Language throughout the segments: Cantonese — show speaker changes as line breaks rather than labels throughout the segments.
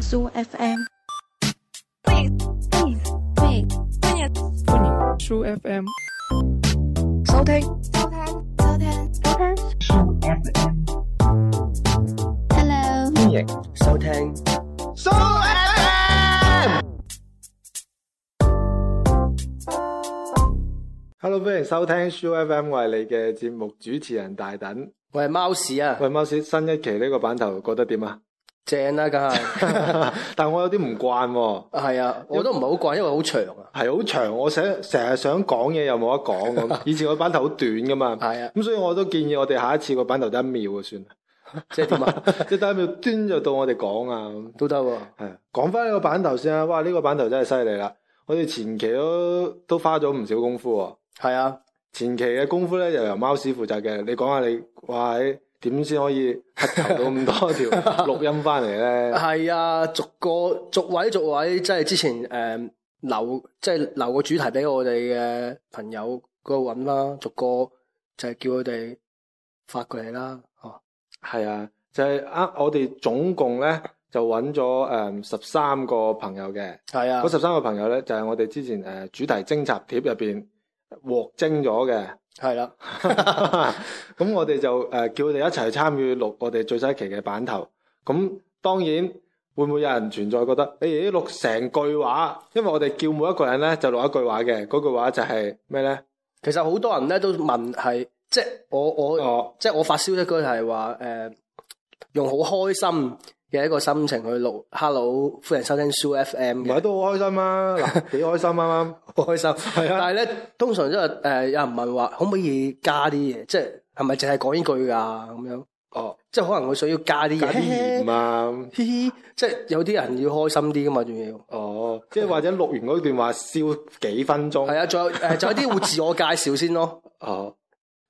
苏 FM。
书 FM。
收听
Hello，
歡迎收聽蘇 FM。
Hello，歡迎收聽 Show FM，我係你嘅節目主持人大等。
喂，貓屎啊，
喂，貓屎，新一期呢個版頭覺得點啊？
正啦，梗係
但我有啲唔慣喎，
係啊，我都唔係好慣，因為好長啊。
係好長，我想成日想講嘢又冇得講咁。以前個版頭好短 噶嘛，
係啊，
咁所以我都建議我哋下一次個版頭得一秒就算啦，
即係點啊？
即係得一秒端就到我哋講啊咁。
都得喎，
係講翻呢個版頭先啊，哇！呢、個版頭真係犀利啦，我哋前期都都花咗唔少功夫喎、
係啊，
前期嘅功夫咧，又由貓屎負責嘅。你講下你，哇！喺點先可以黑頭到咁多條錄音翻嚟咧？
係啊，逐個逐位逐位，即係之前誒、嗯留即係留個主題俾我哋嘅朋友嗰度揾啦，逐個就係叫佢哋發過嚟啦。哦，
係啊，就係、啊，我哋總共咧就揾咗誒十三個朋友嘅。
係啊
嗰，十三個朋友咧，就係、我哋之前誒、呃主題徵集貼入邊獲徵咗嘅。
係啦，
咁我哋就誒、呃叫佢哋一齊參與錄我哋最新一期嘅版頭。咁當然會唔會有人存在覺得你哋都錄成句話？因為我哋叫每一個人咧就錄一句話嘅，嗰句話就係 咩咧？
其實好多人咧都問係，即係我我。
哦，
即係我發燒一句係話誒，用好開心嘅一個心情去錄 Hello，歡迎收聽 Soo FM
唔係
嘅，
都好開 心啊！嗱，幾開心啱
好開心。
係啊
但係咧，通常都係誒有人問話，可唔可以加啲嘢？即係係咪淨係講呢句㗎咁樣？
哦，
即係可能佢想要加啲
啱，加
嘢，
啲鹽啊！
嘻嘻，即係有啲人要開心啲㗎嘛，仲要。
哦，即係或者錄完嗰段話笑幾分鐘。
係啊， 仲有誒，仲有啲會自我介紹先咯。
哦，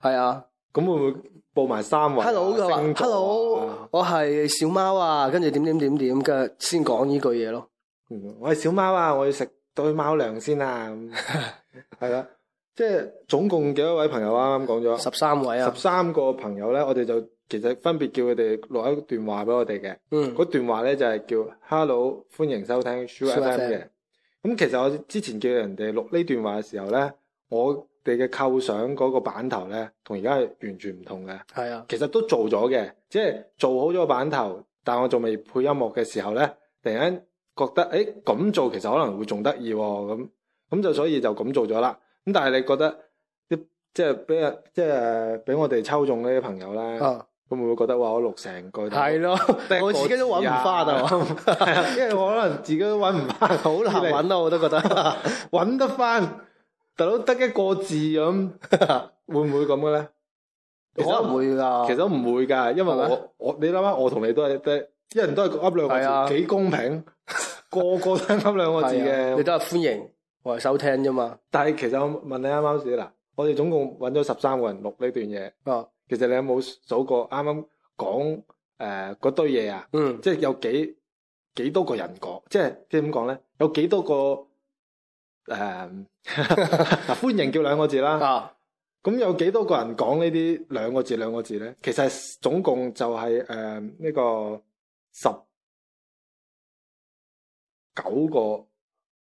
係啊
咁會唔會報埋三圍啊
，hello 佢話
星座啊
hello，我係小貓啊，跟住點點點點，跟住先講呢句嘢咯。
嗯，我係小貓啊，我要食堆貓糧先啊， 咁係啦，即係總共幾多位朋友啊？啱啱講
十
咗
三位啊
十，三個朋友咧，我哋就其實分別叫佢哋錄一段話俾我哋嘅，
嗯，
嗰段話咧就係叫 Hello，歡迎收聽 Soo
Soo
FM
FM
嘅。咁其實我之前叫人哋錄呢段話嘅時候咧，我哋嘅構想嗰個版頭咧，同而家係完全唔同嘅。
係啊。
其實都做咗嘅，即係做好咗個版頭，但我仲未配音樂嘅時候咧，突然間覺得誒咁做其實可能會仲得意喎，咁咁就所以就咁做咗啦。咁但係你覺得啲即係俾人即係誒俾我哋抽中呢啲朋友咧，咁、
啊，
會唔會覺得話我錄成句
係咯，我自己都揾唔翻啊，
係 啊，因為我可能自己都揾唔翻，
好難 揾咯，我都覺 得
揾得翻，大佬得一個字咁，會唔會咁嘅咧？
可能會㗎。
其實都唔會㗎，因為
啊係
我我你諗下，我同你都係得一人都係噏兩
係啊
個字，幾 公平？個個都係噏兩個字
係啊你
嘅。
都係歡迎我嚟收聽啫嘛。
但係其實我問你啊啱啱先嗱，我哋總共揾咗十三個人錄呢段嘢，
啊，
其實你有冇數過啱啱講誒嗰堆嘢啊？
嗯，
即係有幾幾多個人講，即係即係點講咧？有幾多個誒 嗱歡迎叫兩個字啦。
啊，
咁有幾多個人講呢啲兩個字兩個字咧？其實係總共就係誒呢個十九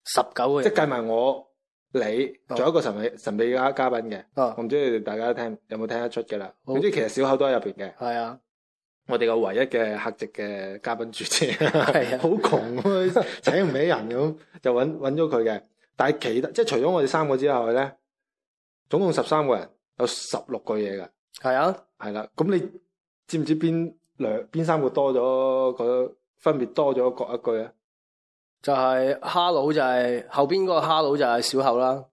十九個
個，即
人
係計埋我你，
哦
仲有一個神秘神秘嘉嘉賓嘅。
啊
我，唔知你哋大家聽有冇聽得出嘅啦。
好
總之其實小口都喺入邊嘅，
係啊，
我哋個唯一嘅客席嘅嘉賓主持，
啊
好窮啊， 請唔起人咁，就揾揾咗佢嘅。但係其他即係除咗我哋三個之外咧，總共十三個人，有十六個嘢㗎。
係啊，
系啦，咁你知唔知邊兩邊三個多咗個分別多咗各一句啊？
就係 hello 就係後邊嗰個 hello 就係小口啦，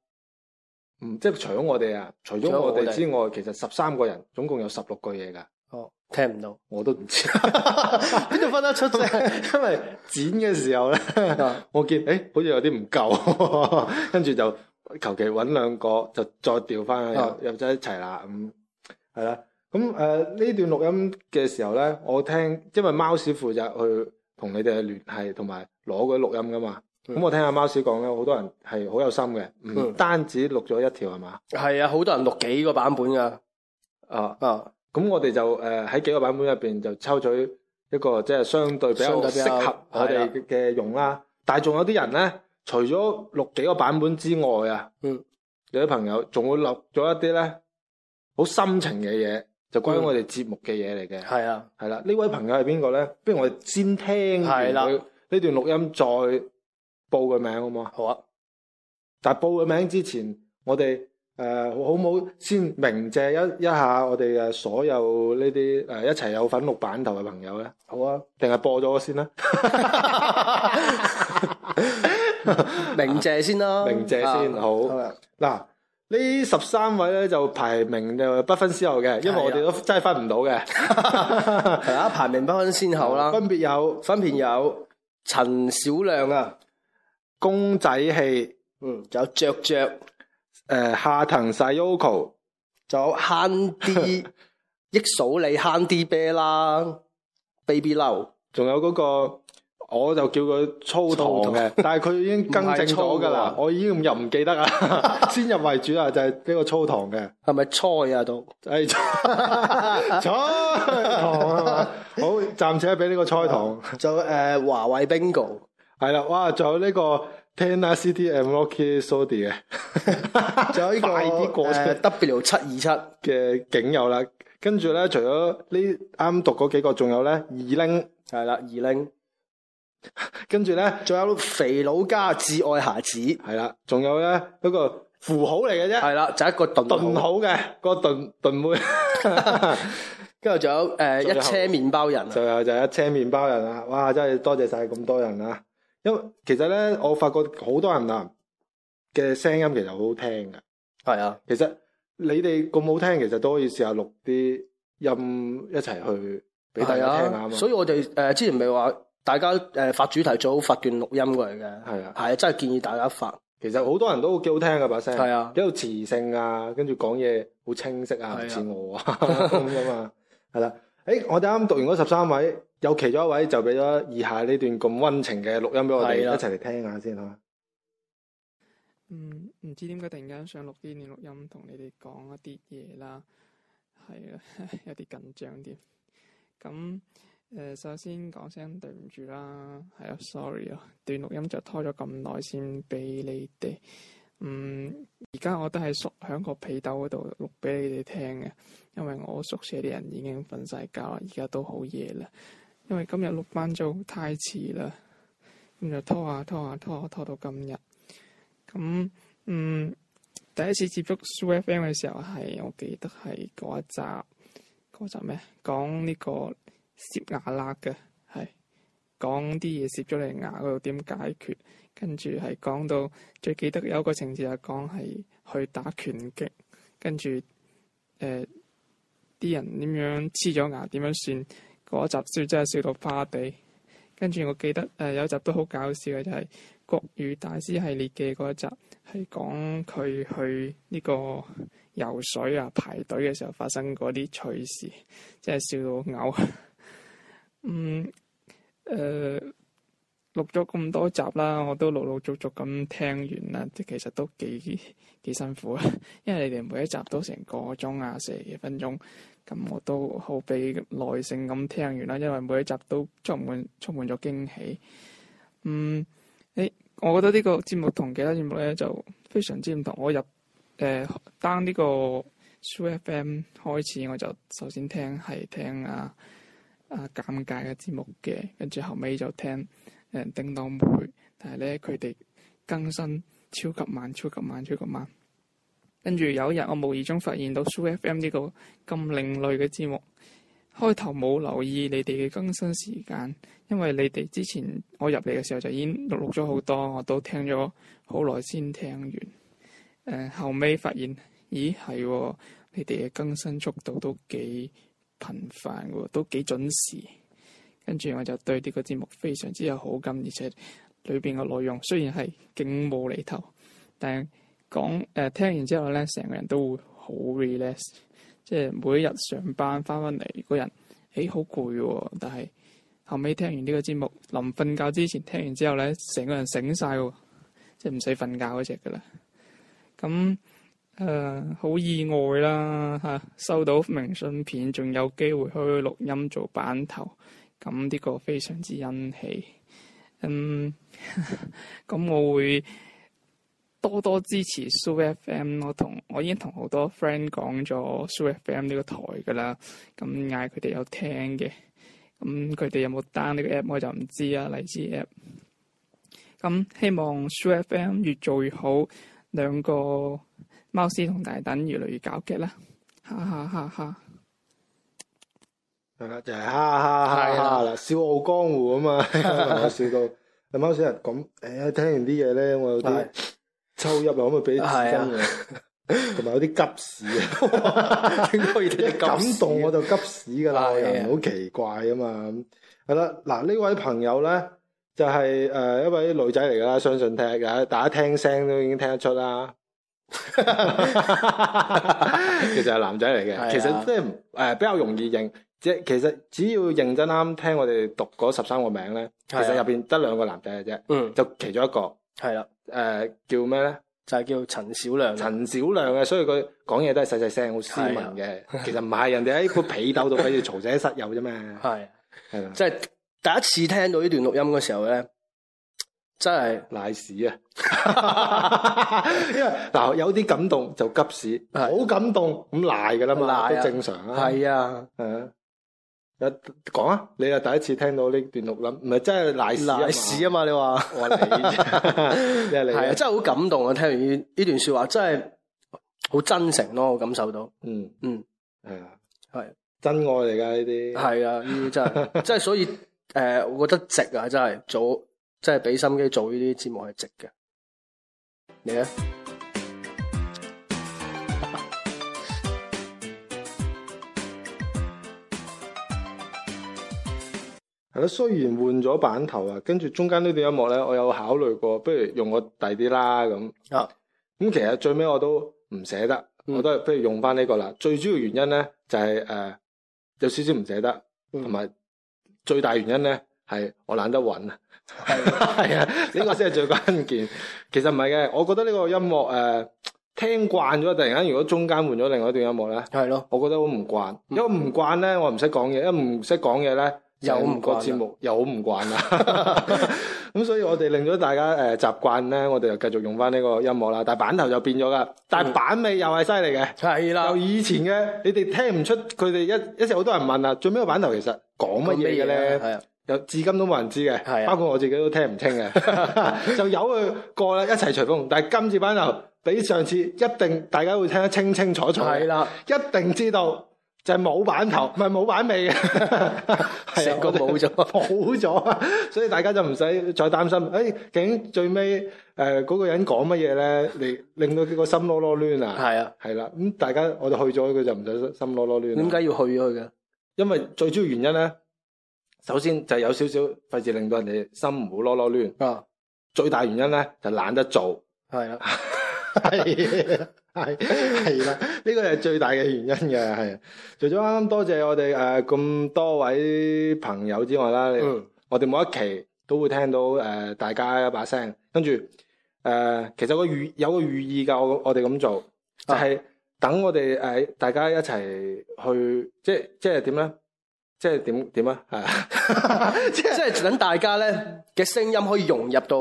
嗯，即係除咗我哋啊，除咗我哋之外，其實十三個人總共有十六句嘢噶，
哦，聽唔到，
我都唔知，
邊度分得出啫？
因為剪嘅時候咧，
啊
我見誒、欸好似有啲唔夠， 跟住就求其揾兩個就再調翻去
啊
又又就一齊啦，咁係啦。咁誒呢段錄音嘅時候咧，我聽因為貓屎負責去同你哋聯繫同埋攞嗰啲錄音噶嘛。咁、
嗯
我聽阿貓屎講咧，好多人係好有心嘅，唔
嗯
單止錄咗一條係嘛？
係啊，好多人錄幾個版本㗎，
啊，
啊，
呃咁我哋就誒喺、幾個版本入邊就抽取一個即係相對比較
相對比較
適合我哋嘅嘅用啦。但係仲有啲人咧，除咗錄幾個版本之外啊，
嗯，
有啲朋友仲會錄咗一啲咧好深情嘅嘢，就關於
嗯
我哋節目嘅嘢嚟嘅。
系啊，
係啦，呢位朋友係邊個咧？不如我哋先聽完
係啦
佢呢段錄音再報個名好唔好啊？
好啊，
但係報個名之前，我哋誒、呃好唔好先鳴謝一一下我哋誒所有呢啲呃誒一齊有份錄版頭嘅朋友咧？
好 啊，
定係播咗先啦？
明謝先啦，
明謝先
啊
好
啊
嗱，呢十三位咧就排名就不分先後嘅，因為我哋都真係分唔到 嘅。
係啊，排名不分先後啦，
分別有
分別有陳小亮啊，
公仔戲、
嗯，仲有雀雀，
誒下藤 Sayoko、
仲有慳 啲益數你慳啲啤啦，baby 嬲，
仲有嗰、個，我就叫佢粗糖嘅，但係佢已經更正咗㗎
唔係
啦
粗，㗎
我已經又唔記得啊， 先入為主啊，就係、呢個粗糖嘅，
係咪菜啊都？
誒粗 粗糖啊嘛，好暫且俾呢個粗糖，
就誒華為 bingo，
係啦，哇，仲有呢、個 Tena City and Rocky Sody 嘅，
仲有呢個
快啲過出
誒 W 七二七，
嘅景友啦，跟住咧，除咗呢啱讀嗰幾個，仲有咧二拎，
係啦，二零，
跟住咧。
仲有肥佬家至愛孩子，係
係啦，仲有咧嗰個符號嚟嘅啫，
啦，就一個
盾
頓號，
好嘅，個盾盾 妹，
跟住仲有誒
仲有
一車麵包人啊，
就有就係一車麵包人啊！哇，真係多謝晒咁多人啊！因為其實咧，我發覺好多人啊嘅聲音其實好好聽嘅。
係啊，
其實你哋咁好聽，其實都可以試下錄啲音一齊去俾大
係
家聽下啊
啊，
嘛。
所以我哋誒之前咪話大家誒發主題最好發段錄音過嚟嘅，
係啊，
係啊，真係建議大家發，
其實好多人都幾好聽嘅把聲，
係啊
幾有磁性啊，跟住講嘢好清晰啊，
係啊
唔似我啊 咁噶嘛，係啦。誒，我哋啱讀完嗰十三位，有其中一位就俾咗以下呢段咁温情嘅錄音俾我哋
係啦
一齊嚟聽下先嚇。
嗯，唔知點解突然間想錄呢段錄音，同你哋講一啲嘢啦，係啊， 有啲緊張啲。咁誒、呃首先講聲對唔住啦，係啊，sorry 啊，段錄音就拖咗咁耐先俾你哋。嗯，而家我都係縮喺個被竇嗰度錄俾你哋聽嘅，因為我宿舍啲人已經瞓晒覺啦，而家都好夜啦。因為今日錄班組太遲啦，咁就拖下拖下拖拖到今日。咁嗯，第一次接觸 Soo FM 嘅時候係，我記得係嗰一集，嗰集咩？講呢個攝牙罅嘅，係講啲嘢攝咗你牙嗰度點解決，跟住係講到最記得有一個情節係講係去打拳擊，跟住誒啲人點樣黐咗牙點樣算，嗰集笑真係笑到趴地。跟住我記得誒、呃有一集都好搞笑嘅就係、國語大師系列嘅嗰一集，係講佢去呢個游水啊排隊嘅時候發生嗰啲趣事，真係笑到嘔。 嗯，誒、呃，錄咗咁多集啦，我都陸陸續續咁聽完啦，即係其實都幾幾辛苦啊， 因為你哋每一集都成個鐘啊，四十幾分鐘，咁我都好俾耐性咁聽完啦，因為每一集都充滿充滿咗驚喜。嗯。我覺得呢個節目同其他節目咧就非常之唔同。我入誒 down 呢個 Soo FM 開始，我就首先聽係聽啊啊尷尬嘅節目嘅，跟住後尾就呃聽誒叮當妹，但係呃咧佢哋更新超級慢、超級慢、超級慢。跟住有一日，我無意中發現到 Soo FM 呢個咁另類嘅節目，開頭冇留意你哋嘅更新時間。因為你哋之前我入嚟嘅時候就已經錄錄咗好多，我都聽咗好耐先聽完。誒、後尾發現，咦係喎，你哋嘅更新速度都幾頻繁喎，都幾準時。跟住我就對呢個節目非常之有好感，而且裏邊嘅內容雖然係勁無厘頭，但係講誒、聽完之後咧，成個人都會好 relax，即係每一日上班翻返嚟個人，誒好攰喎，但係。後尾聽完呢個節目，臨瞓覺之前聽完之後咧，成個人醒晒喎，即係唔使瞓覺嗰只噶啦。咁誒好意外啦嚇、收到明信片，仲有機會去錄音做版頭，咁呢個非常之欣喜。嗯， 咁我會多多支持 Soo FM。我同我已經同好多 friend 講咗 Soo FM 呢個台噶啦，咁嗌佢哋有聽嘅。咁佢哋有冇 down 呢個 app 我就唔知啊，荔枝 app。咁希望 Soo FM 越做越好，兩個貓屎同大等越嚟越搞激啦！哈哈哈哈！
係啦，就係哈哈哈哈啦，笑傲江湖啊嘛，我笑到阿貓小人咁，哎呀，聽完啲嘢咧，我有啲
係啊
抽泣啊，可唔可以俾啲紙巾嘅？同埋有啲急屎啊！
應該要 聽
一
啲
感動我就急屎噶啦，我
係啊
人好奇怪啊嘛。係啦，嗱呢位朋友咧就係誒一位女仔嚟噶啦，相信聽嘅，大家聽聲都已經聽 得出啦。其實係男仔嚟
係
嘅，
啊
其實即係誒比較容易認，即係其實只要認真啱聽我哋讀嗰十三個名咧，其
係啊
實入邊得兩個男仔嘅啫，
嗯，
就其中一個誒、
係啦，
叫咩咧？
就係叫陳小亮啊啦。
陳小亮啊嘅，所以佢講嘢都係細細聲，好斯文嘅。
啊
其實唔係，人哋喺個被竇度俾住嘈醒室友啫 嘛。
係，
係啦，
即係第一次聽到呢段錄音嘅時候咧，真係
賴屎啊！因為嗱有啲感動就急屎，
係
好感動咁賴噶啦嘛，
賴
都
啊
正常啊。
係啊，
係啊，有講啊，你又第一次聽到呢段錄音，唔係真係賴屎
賴屎啊
啊
嘛，你話
嘛！我話你，啊 你係你
係啊，
啊，
真係好感動啊！聽完呢呢段説話，真係好真誠咯，我感受到。
嗯
嗯，
係啊，
係
真愛嚟㗎呢啲。
係啊，呢啲真係， 真係所以誒、呃我覺得值啊，真係做，真係俾心機做呢啲節目係值嘅。你咧？
係咯，雖然換咗版頭啊，跟住中間呢段音樂咧，我有考慮過，不如用我第啲啦咁。
啊，
咁其實最尾我都唔捨得，
嗯
我都係不如用翻呢個啦。最主要原因咧就係、呃有少少唔捨得，
嗯
同埋、最大原因咧係我懶得揾啊。 係啊，呢個先係最關鍵。其實唔係嘅，我覺得呢個音樂誒、呃、聽慣咗，突然間如果中間換咗另外一段音樂咧。
係咯，
我覺得好唔慣，因
嗯
為唔慣咧，我唔識講嘢，因為唔識講嘢咧，
又
成
唔
個
慣啦啊
節目又好唔慣啦。 咁所以我哋令咗大家誒、呃、習慣咧，我哋就繼續用翻呢個音樂啦。但係版頭就變咗噶，但係版尾又係犀利嘅。
係啦
由，以前嘅你哋聽唔出，佢哋一一時好多人問啊，最尾個版頭其實講乜嘢嘅咧？
係啊，
有至今都冇人知
係
嘅，
啊
包括我自己都聽唔清 嘅，就由佢過啦，一齊隨風。但係今次版頭比上次一定大家會聽得清清楚楚嘅。
係啊啦，
一定知道就係冇 版頭，唔係冇版尾嘅，係啊
成個冇咗
冇咗，啊所以大家就唔使再擔心。誒、究竟最尾誒嗰個人講乜嘢咧，嚟令到佢個心囉囉攣啊？
係啊，
係啦，咁大家我哋去咗佢就唔使心囉囉攣啦。
點解要去咗佢嘅？
因為最主要原因咧，首先就係有少少費事令到人哋心唔好囉囉攣，
啊，
最大原因咧就懶得做。
係啊啦，
係係係啦，呢個係最大嘅原因嘅，係。除咗啱啱多謝我哋誒咁多位朋友之外啦，
嗯，
我哋每一期都會聽到誒、呃大家一把聲，跟住誒其實個寓有個寓意㗎，我我哋咁做就
啊
係、等我哋誒、呃大家一齊去，即係即係點咧？即係點點啊？係啊 即
即係等大家咧嘅聲音可以融入到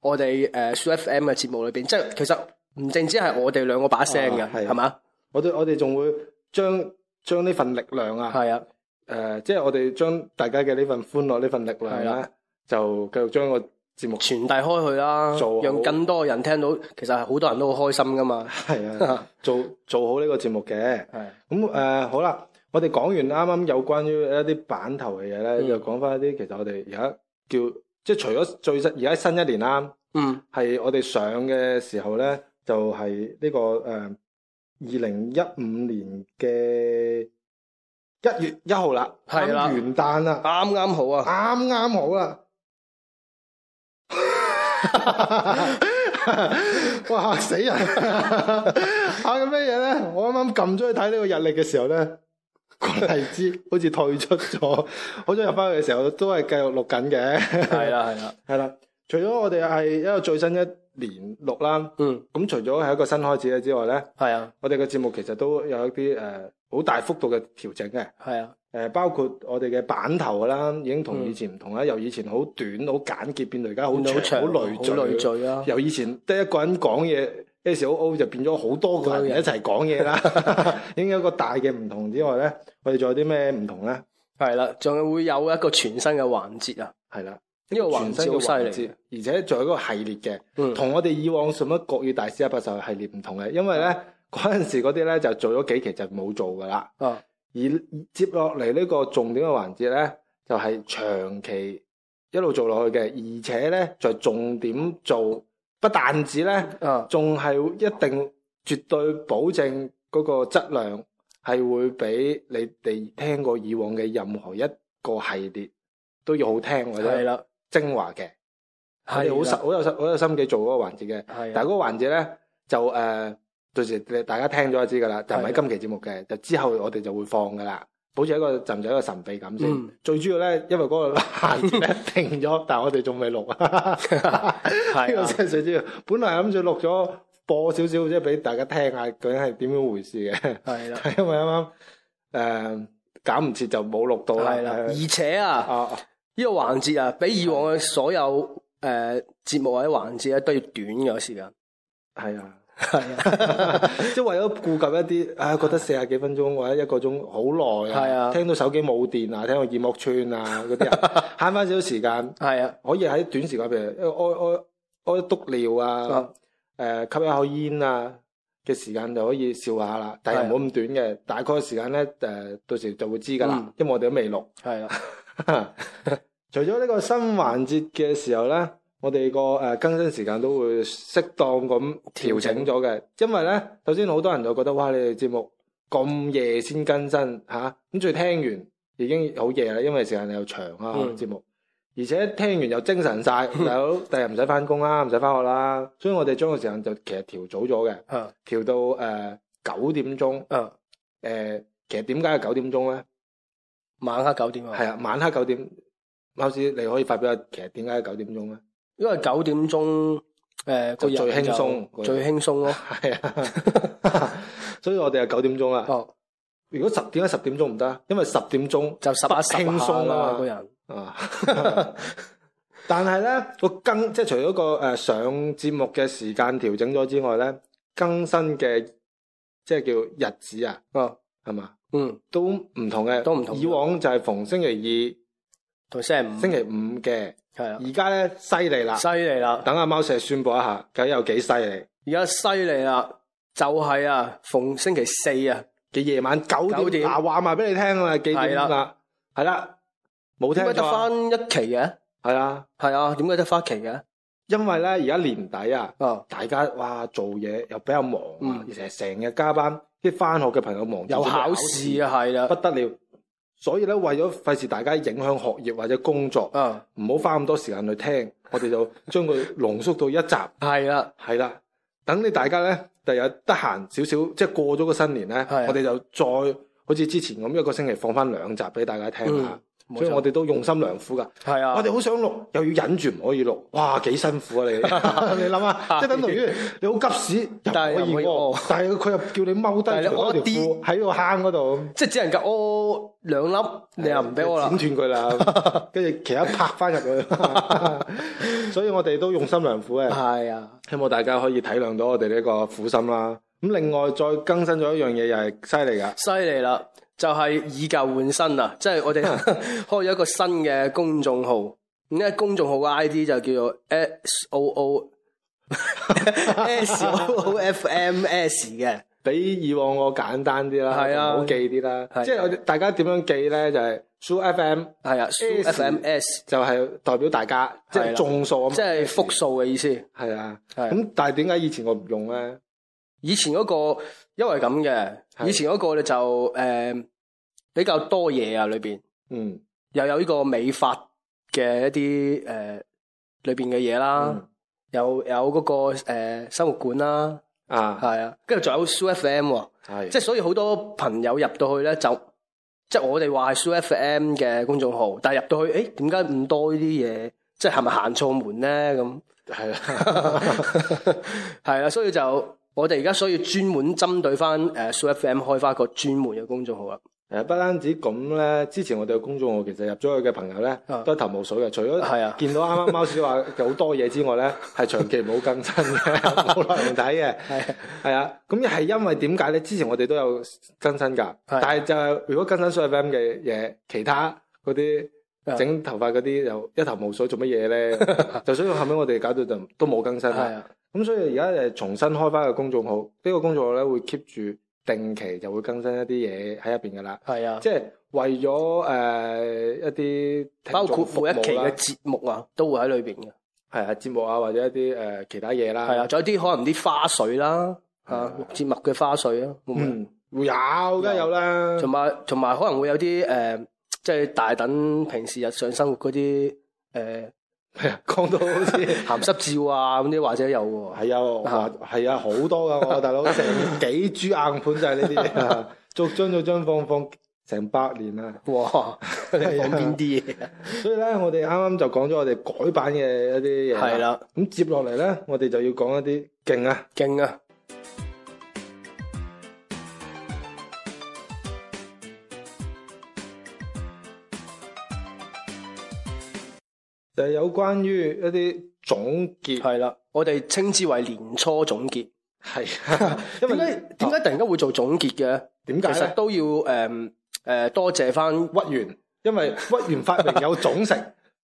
我哋呃誒 s FM 嘅節目裏邊，即係其實唔淨止係我哋兩個把聲
啊
嘅，
係
係嘛？
我哋我哋仲會將將呢份力量啊。
係啊，
誒、即係我哋將大家嘅呢份歡樂、呢份力量
係
咧
啦，
就繼續將個節目
傳遞開去啦
做好，
讓更多人聽到，其實係好多人都好開心噶嘛。
係 啊，做做好呢個節目嘅。
係
咁誒、好啦，我哋講完啱啱有關於一啲版頭嘅嘢咧，
嗯
又講翻一啲其實我哋而家叫即係除咗最新而家新一年啦，
嗯，
係我哋上嘅時候咧，就係、呢、個誒二零一五年嘅一月一號啦，
係啦
啱元旦啦。
啱啱好啊，
啱啱好啦。 哇嚇死人！ 嚇咁咩嘢咧？我啱啱撳咗去睇呢個日曆嘅時候咧，個荔枝好似退出咗。好彩入翻去嘅時候都係繼續錄緊嘅。
係啦係啦，
係啦，除咗我哋係一個最新一年錄啦，
嗯，
咁除咗係一個新開始嘅之外咧，
係啊，
我哋嘅節目其實都有一啲誒好大幅度嘅調整嘅。
系啊，
誒、呃包括我哋嘅版頭啦，已經同以前唔同啦。由以前好短、好簡潔，變到而家好
嗯變到好
長、
長、
好
好累
累
啊
贅。啊
赘啦。
由以前得一個人講嘢，S O O 就變咗好多個人一齊講嘢啦。 已經有一個大嘅唔同之外咧，我哋仲有啲咩唔同咧？
系啦，仲會有一個全新嘅環節啊！
係啦，
呢個環
全新
節
嘅
好犀
環
利
節
嘅，，
而且仲有一個系列嘅。
嗯，
同我哋以往什麼國語大師一啊百首系列唔同嘅，因為
嗯
咧嗰陣時嗰啲咧就做咗幾期就冇做噶啦。
啊，
而接落嚟呢個重點嘅環節咧，就係、長期一路做落去嘅，而且咧就重點做，不但止咧，
啊，
仲係一定絕對保證嗰個質量係會比你哋聽過以往嘅任何一個系列都要好聽或
系
者
啦，
精華嘅，
係
啊
啊
係好實好有實好有心機做嗰個環節嘅。
系
但係嗰個環節咧就誒、呃到時你大家聽咗就知㗎啦，就唔係今期節目嘅，就之後我哋就會放㗎啦。保持一個就唔就一個神秘感先。
嗯
最主要咧，因為 嗰個環節咧停咗，但係我哋仲未錄啊。 呢
係
個
啊
真係最主要。本來諗住錄咗播少少，即係俾大家聽下究竟係點樣回事嘅。
係啦，
但係因為啱啱誒搞唔切就冇錄到啦。
係啦，
係
而且啊。
啊啊
呢個環節啊，比以往嘅所有誒節目或者環節咧都要短嘅時間。
係啊。
係啊，
即係為咗顧及一啲，啊覺得四十幾分鐘或者一個鐘好耐
係
啊，
啊
聽到手機冇電啊，聽到耳膜穿啊嗰啲人， 慳翻少少時間，
係啊，
可以喺短時間，譬如屙屙屙督尿啊，
啊
誒吸一口煙啊嘅時間就可以笑下啦，但係
係啊
唔好咁短嘅，大概時間咧誒到時就會知㗎啦
嗯，
因為我哋都未錄。
係啦，
除咗呢個新環節嘅時候咧，我哋個誒更新時間都會適當咁調整咗嘅，因為咧，首先好多人就覺得哇，你哋節目咁夜先更新嚇，咁、最聽完已經好夜啦，因為時間又長啊、
嗯
節目，而且聽完又精神晒，大佬第日唔使翻工啦，唔使翻學啦，所以我哋將個時間就其實調早咗嘅，
嗯
調到誒九、點鐘，誒、
嗯，
其實點解係九點鐘咧？
晚黑九點啊，
係啊，晚黑九點，貓屎你可以發表下，其實點解九點鐘啊咧？
因為九點鐘誒個
就最
人就
輕鬆個人
最輕鬆咯。
係啊， 所以我哋係九點鐘啦。
哦，
如果十點解十點鐘唔得？因為十點鐘
就十下十
輕
下
鬆啊
啦
嘛
個人。
啊，但係咧個更即係除咗個誒上節目嘅時間調整咗之外咧，更新嘅即係叫日子啊，
哦，
係嘛
嗯，
都唔同嘅，
都唔同
以往就係逢星期二、
同星期五，
星期五嘅，
係啊，
而家咧犀利啦。
犀利啦！
等阿貓石宣佈一下，究竟有幾犀利？
而家犀利啦，就係啊，逢星期四啊，
嘅夜晚九
九
點，
點
嗱話埋俾你聽啦，幾點
係
啦？係啦，冇聽
點解得
錯啊
翻，一期嘅？
係啊，
係啊，點解得翻一期嘅？
因為咧而家年底啊，
哦，
大家哇做嘢又比較忙啊，
嗯
而且成日加班，啲翻學嘅朋友忙住
有
準備
考試啊，係
不
啦，
得了。所以咧，為咗費事大家影響學業或者工作，
嗯，
唔好花咁多時間去聽，我哋就將佢濃縮到一集，
係啦。
係啦。等你大家咧，第日得閒少少，即係過咗個新年咧，
係啊
我哋就再好似之前咁一個星期放翻兩集俾大家聽下。
嗯，
所以我哋都用心良苦噶。
系啊，
我哋好想錄，又要忍住唔可以錄，哇，幾辛苦 啊你！你諗下，即係等同於你好急屎，
啊
又
但係
唔
又唔
可
可
以
以屙，
屙但係佢又叫你踎
但係你
低除咗條
屙啲
褲喺個坑嗰度，
即系只能夠屙哦兩粒，你又唔俾我啦
剪，斷佢啦， 跟住其他拍翻入去。所以我哋都用心良苦嘅，
係啊，
希望大家可以體諒到我哋呢個苦心啦。咁另外再更新咗一樣嘢又係犀利噶，
犀利啦，就係以舊換新啊，即係我 哋開咗一個新嘅公眾號，咁咧公眾號嘅 I D 就叫做 S O O S O O F M S 嘅，
比以往我簡單啲啦，
係啊
好記啲啦。
係
即係我哋大家點樣記咧？就係 s u FM。
係啊，S F M S，
就係代表大家即係
係啦
眾數啊嘛，
即係複數嘅意思，
係啊。
係啊
咁但係點解以前我唔用咧？
以前嗰、個因為咁
係
嘅，以前嗰個咧就诶、誒比較多嘢啊裏边。
嗯，
又有呢個美髮嘅一啲誒裏邊嘅嘢啦
嗯，
又有嗰、個、呃、生活館啦，
啊，
係啊，跟住仲有 Su FM 喎，
係
即係所以好多朋友入到去咧就即係我哋話係 Su FM 嘅公眾號，但係入到去，誒點解咁多呢啲嘢？即係係咪行錯門咧？咁
係啦，
係啊，所以就我哋而家所以專門針對呃翻誒 s FM 開翻一個專門嘅公眾號啦。
誒啊不單止咁咧，之前我哋嘅公眾號其實入咗去嘅朋友咧
啊，
都係頭霧水嘅。除咗
係啊
見到啱啱貓屎話有好多嘢之外咧，係長期冇更新 嘅，冇內容睇嘅。
係
係啊，咁係因為點解咧？之前我哋都有更新㗎，但係就係如果更新 s FM 嘅嘢，其他嗰
啊
啲整頭髮嗰啲又一頭霧水，做乜 嘢咧？就所以後尾我哋搞到就都冇更新啦
係。啊，
咁所以而家誒重新開翻個公眾號，呢、個公眾號咧會 keep 住定期就會更新一啲嘢喺入邊噶啦，
係啊，
即係為咗誒、呃一啲
包
聽眾
括每一期
服務啦
嘅節目啊，都會喺裏邊嘅。
係啊節目啊，或者一啲誒、呃其他嘢啦，
係啊，仲有啲可能啲花絮啦，
係
啊
啊
錄節目嘅花絮啊，會唔會？
嗯，會有梗係有啦，
同埋同埋可能會有啲誒，即係大等平時日常生活嗰啲誒
係啊講到好似
鹹濕照啊咁啲，或者有喎。
係啊我話係啊好多噶 我大佬成幾豬硬盤就係呢啲嘢啊，逐張逐張放放成百年啦。
哇！你講邊啲嘢啊？
所以咧，我哋啱啱就講咗我哋改版嘅一啲嘢。
係啦，
咁接落嚟咧，我哋就要講一啲勁啊！
勁啊！
就係有關於一啲總結，
係啦，我哋稱之為年初總結。
係啊， 因為
點解點解突然間會做總結嘅？其
點解
實
咧？
都要誒誒多謝翻
屈原，因為屈原發明有 種食，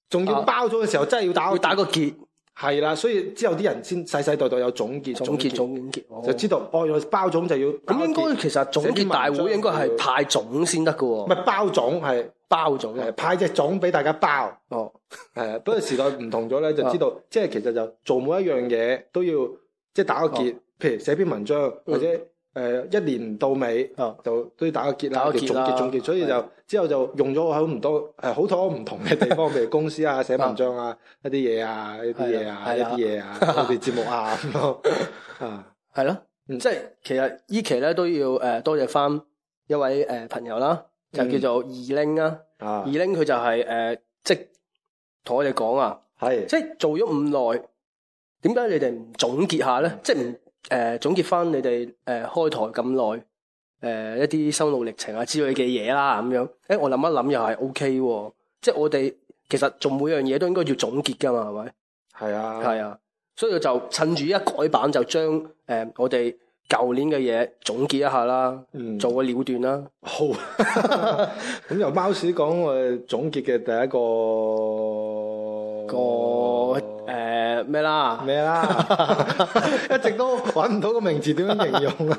仲要包咗嘅時候真係要打
啊要打個結
係啦，所以之後啲人先世世代代有總結，
總結總結。
就知道哦，原來包種就要
咁應該其實總結大會應該係派種先得嘅
唔
喎，
係包種係
包種
係
嘅。
派隻種俾大家 包。
哦，
係啊，不過時代唔同咗咧，就
啊
知道即係其實就做每一樣嘢都要即係打個結，譬如寫篇文章
哦嗯
或者誒、呃一年到尾
哦
就都要打個結
打
啦，
個
叫
結
總
啦
結總結，所以
係
就之後就用咗好唔多誒好多唔同嘅地方，譬如公 司啊、寫文章啊、一啲嘢啊、一啲嘢啊、
係
一
啦
啲嘢啊、我哋節目啊 咁咯啊，
係咯，
嗯
即係其實依期咧都要誒多謝翻一位誒朋友啦，就
嗯
叫做二拎啦。
啊
二拎佢就係誒即係同我哋講啊，
係
即係做咗咁耐，點解你哋唔總結下咧？即係唔誒總結翻你哋誒開台咁耐呃誒一啲心路歷程啊之類嘅嘢啦咁樣。誒我諗一諗又係 O K 喎，即係我哋其實做每樣嘢都應該要總結噶嘛，係咪？
係啊
係啊，所以我就趁住一改版就將誒、呃我哋舊年嘅嘢總結一下啦，
嗯
做個了斷啦。
好，咁由貓屎講我哋總結嘅第一個呃
個誒呃咩啦，
哦咩啦，一直都揾唔到個名詞點樣形容啊！